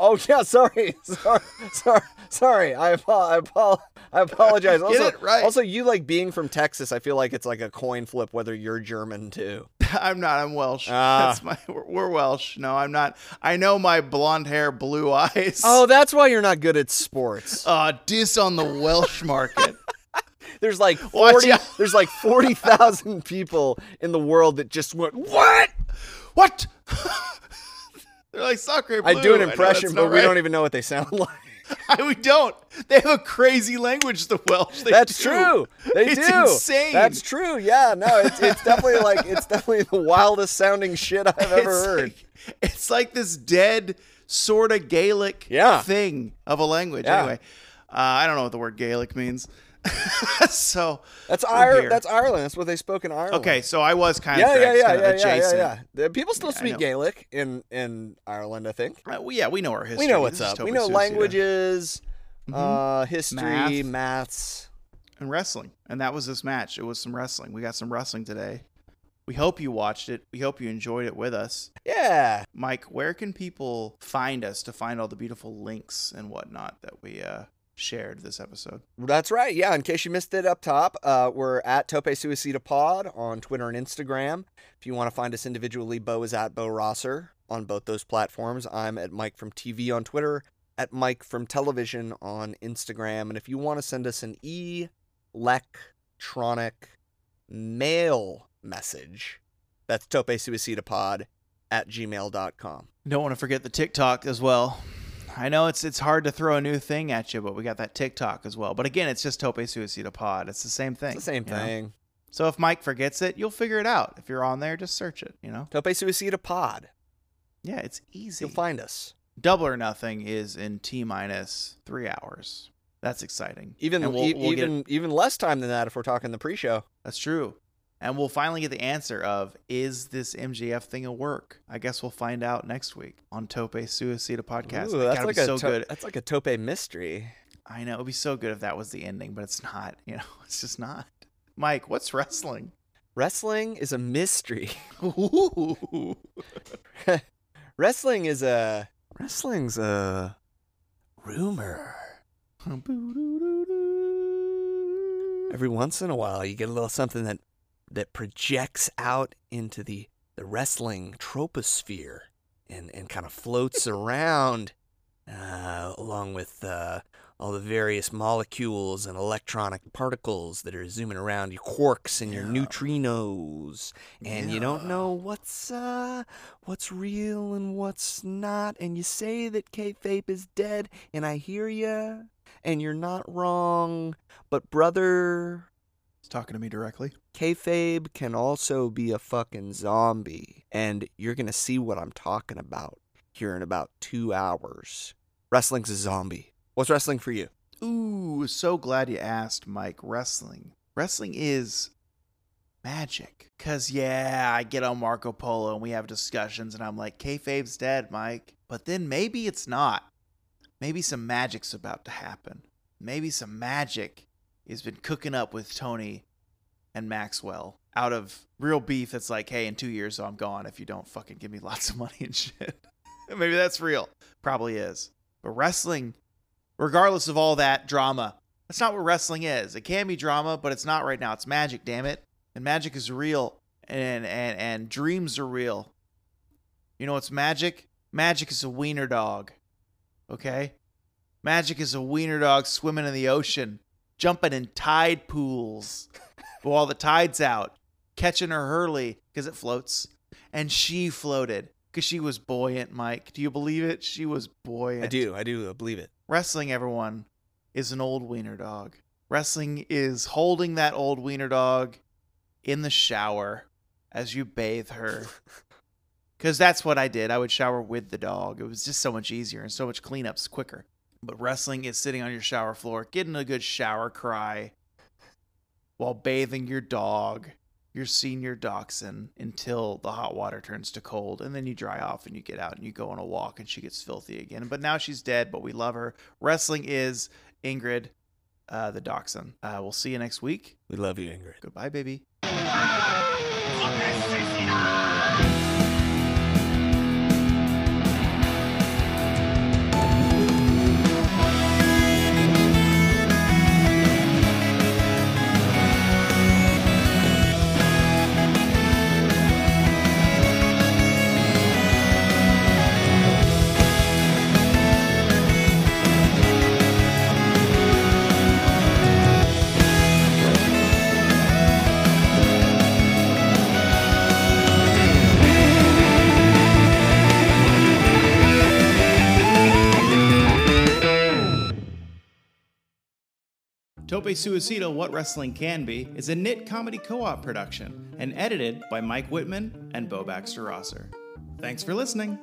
S2: Oh yeah, sorry, sorry, sorry, sorry. I apo- I, apo- I apologize. Also,
S1: it right.
S2: also, you like being from Texas. I feel like it's like a coin flip whether you're German too.
S1: I'm not. I'm Welsh.
S2: Ah.
S1: That's my. We're, we're Welsh. No, I'm not. I know my blonde hair, blue eyes.
S2: Oh, that's why you're not good at sports.
S1: uh, diss on the Welsh market.
S2: There's like
S1: Watch
S2: forty.
S1: out.
S2: There's like forty thousand people in the world that just went. What?
S1: what? They're like soccer.
S2: I
S1: Blue.
S2: do an
S1: know that's
S2: impression,
S1: not
S2: but we
S1: right.
S2: don't e- even know what they sound like.
S1: we don't. They have a crazy language, the Welsh. They
S2: That's
S1: do.
S2: true. They
S1: It's
S2: do.
S1: insane.
S2: That's true. Yeah. No, it's, it's definitely like it's definitely the wildest sounding shit I've ever
S1: It's
S2: heard.
S1: Like, it's like this dead sort of Gaelic
S2: Yeah.
S1: thing of a language.
S2: Yeah.
S1: Anyway, uh, I don't know what the word Gaelic means. so
S2: That's
S1: we're
S2: Ireland.
S1: here.
S2: That's Ireland. That's what they spoke in Ireland.
S1: Okay, so I was kind of
S2: Yeah, yeah,
S1: correct.
S2: yeah,
S1: kind
S2: yeah,
S1: of
S2: yeah, yeah,
S1: adjacent.
S2: yeah. The people still
S1: Yeah, I
S2: speak
S1: know.
S2: Gaelic in in Ireland, I think.
S1: Uh, well, yeah, we know our history.
S2: we know
S1: This is
S2: what's up. We
S1: totally
S2: know
S1: suicide.
S2: languages, uh, history,
S1: Mm-hmm. Math.
S2: maths.
S1: and wrestling, and that was this match. It was some wrestling. We got some wrestling today. We hope you watched it. We hope you enjoyed it with us.
S2: Yeah.
S1: Mike, where can people find us to find all the beautiful links and whatnot that we uh, shared this episode?
S2: That's right. Yeah. In case you missed it up top, uh, we're at Tope Suicida Pod on Twitter and Instagram. If you want to find us individually, Bo is at Bo Rosser on both those platforms. I'm at Mike from TV on Twitter, at Mike from Television on Instagram. And if you want to send us an electronic mail message, that's Tope Suicida Pod at gmail.com.
S1: Don't want to forget the TikTok as well. I know it's it's hard to throw a new thing at you, but we got that TikTok as well. But again, it's just Tope Suicida Pod. It's the same thing.
S2: It's the same
S1: you know?
S2: thing.
S1: So if Mike forgets it, you'll figure it out. If you're on there, just search it. You know.
S2: Tope Suicida Pod.
S1: Yeah, it's easy.
S2: You'll find us.
S1: Double or Nothing is in T minus three hours. That's exciting.
S2: Even
S1: And we'll-
S2: e-
S1: we'll get-
S2: even even less time than that if we're talking the pre-show.
S1: that's true. And we'll finally get the answer of is this MGF thing a work? I guess we'll find out next week on Tope Suicida podcast.
S2: Ooh,
S1: it
S2: that's
S1: gotta
S2: like
S1: be
S2: a
S1: so
S2: to-
S1: good.
S2: that's like a tope mystery.
S1: I know it'd be so good if that was the ending, but it's not. You know, it's just not. Mike, what's wrestling?
S2: Wrestling is a mystery.
S1: Ooh.
S2: wrestling is a wrestling's a rumor. Every once in a while, you get a little something that that projects out into the the wrestling troposphere and and kind of floats around uh, along with uh, all the various molecules and electronic particles that are zooming around your quarks and your
S1: Yeah.
S2: neutrinos and you don't
S1: Yeah.
S2: know what's uh what's real and what's not and you say that kayfabe is dead and I hear ya and you're not wrong but brother
S1: He's talking to me directly.
S2: kayfabe can also be a fucking zombie and you're gonna see what I'm talking about here in about two hours wrestling's a zombie what's wrestling for you
S1: Ooh, Ooh, so glad you asked, Mike. Wrestling. Wrestling is magic. Cause yeah, I get on Marco Polo and we have discussions, and I'm like, kayfabe's dead, Mike. But then maybe it's not. Maybe some magic's about to happen. Maybe some magic has been cooking up with Tony and Maxwell out of real beef that's like, hey, in two years I'm gone if you don't fucking give me lots of money and shit. Maybe that's real. Probably is. But wrestling, regardless of all that drama, that's not what wrestling is. It can be drama, but it's not right now. It's magic, damn it. And magic is real. And and and dreams are real. You know what's magic? Magic is a wiener dog. Okay? Magic is a wiener dog swimming in the ocean, jumping in tide pools while the tide's out, catching her Hurley because it floats. And she floated because she was buoyant, Mike. Do you believe it? She was buoyant.
S2: I do. I do believe it.
S1: Wrestling, everyone, is an old wiener dog. Wrestling is holding that old wiener dog in the shower as you bathe her. Because that's what I did. I would shower with the dog. It was just so much easier and so much cleanups quicker. But wrestling is sitting on your shower floor, getting a good shower cry while bathing your dog, your senior dachshund, until the hot water turns to cold. And then you dry off and you get out and you go on a walk and she gets filthy again. But now she's dead, but we love her. Wrestling is Ingrid, uh, the dachshund. Uh, we'll see you next week.
S2: We love you, Ingrid.
S1: Goodbye, baby. Tope Suicida What Wrestling Can Be is a knit comedy co op production and edited by Mike Whitman and Bo Baxter Rosser. Thanks for listening.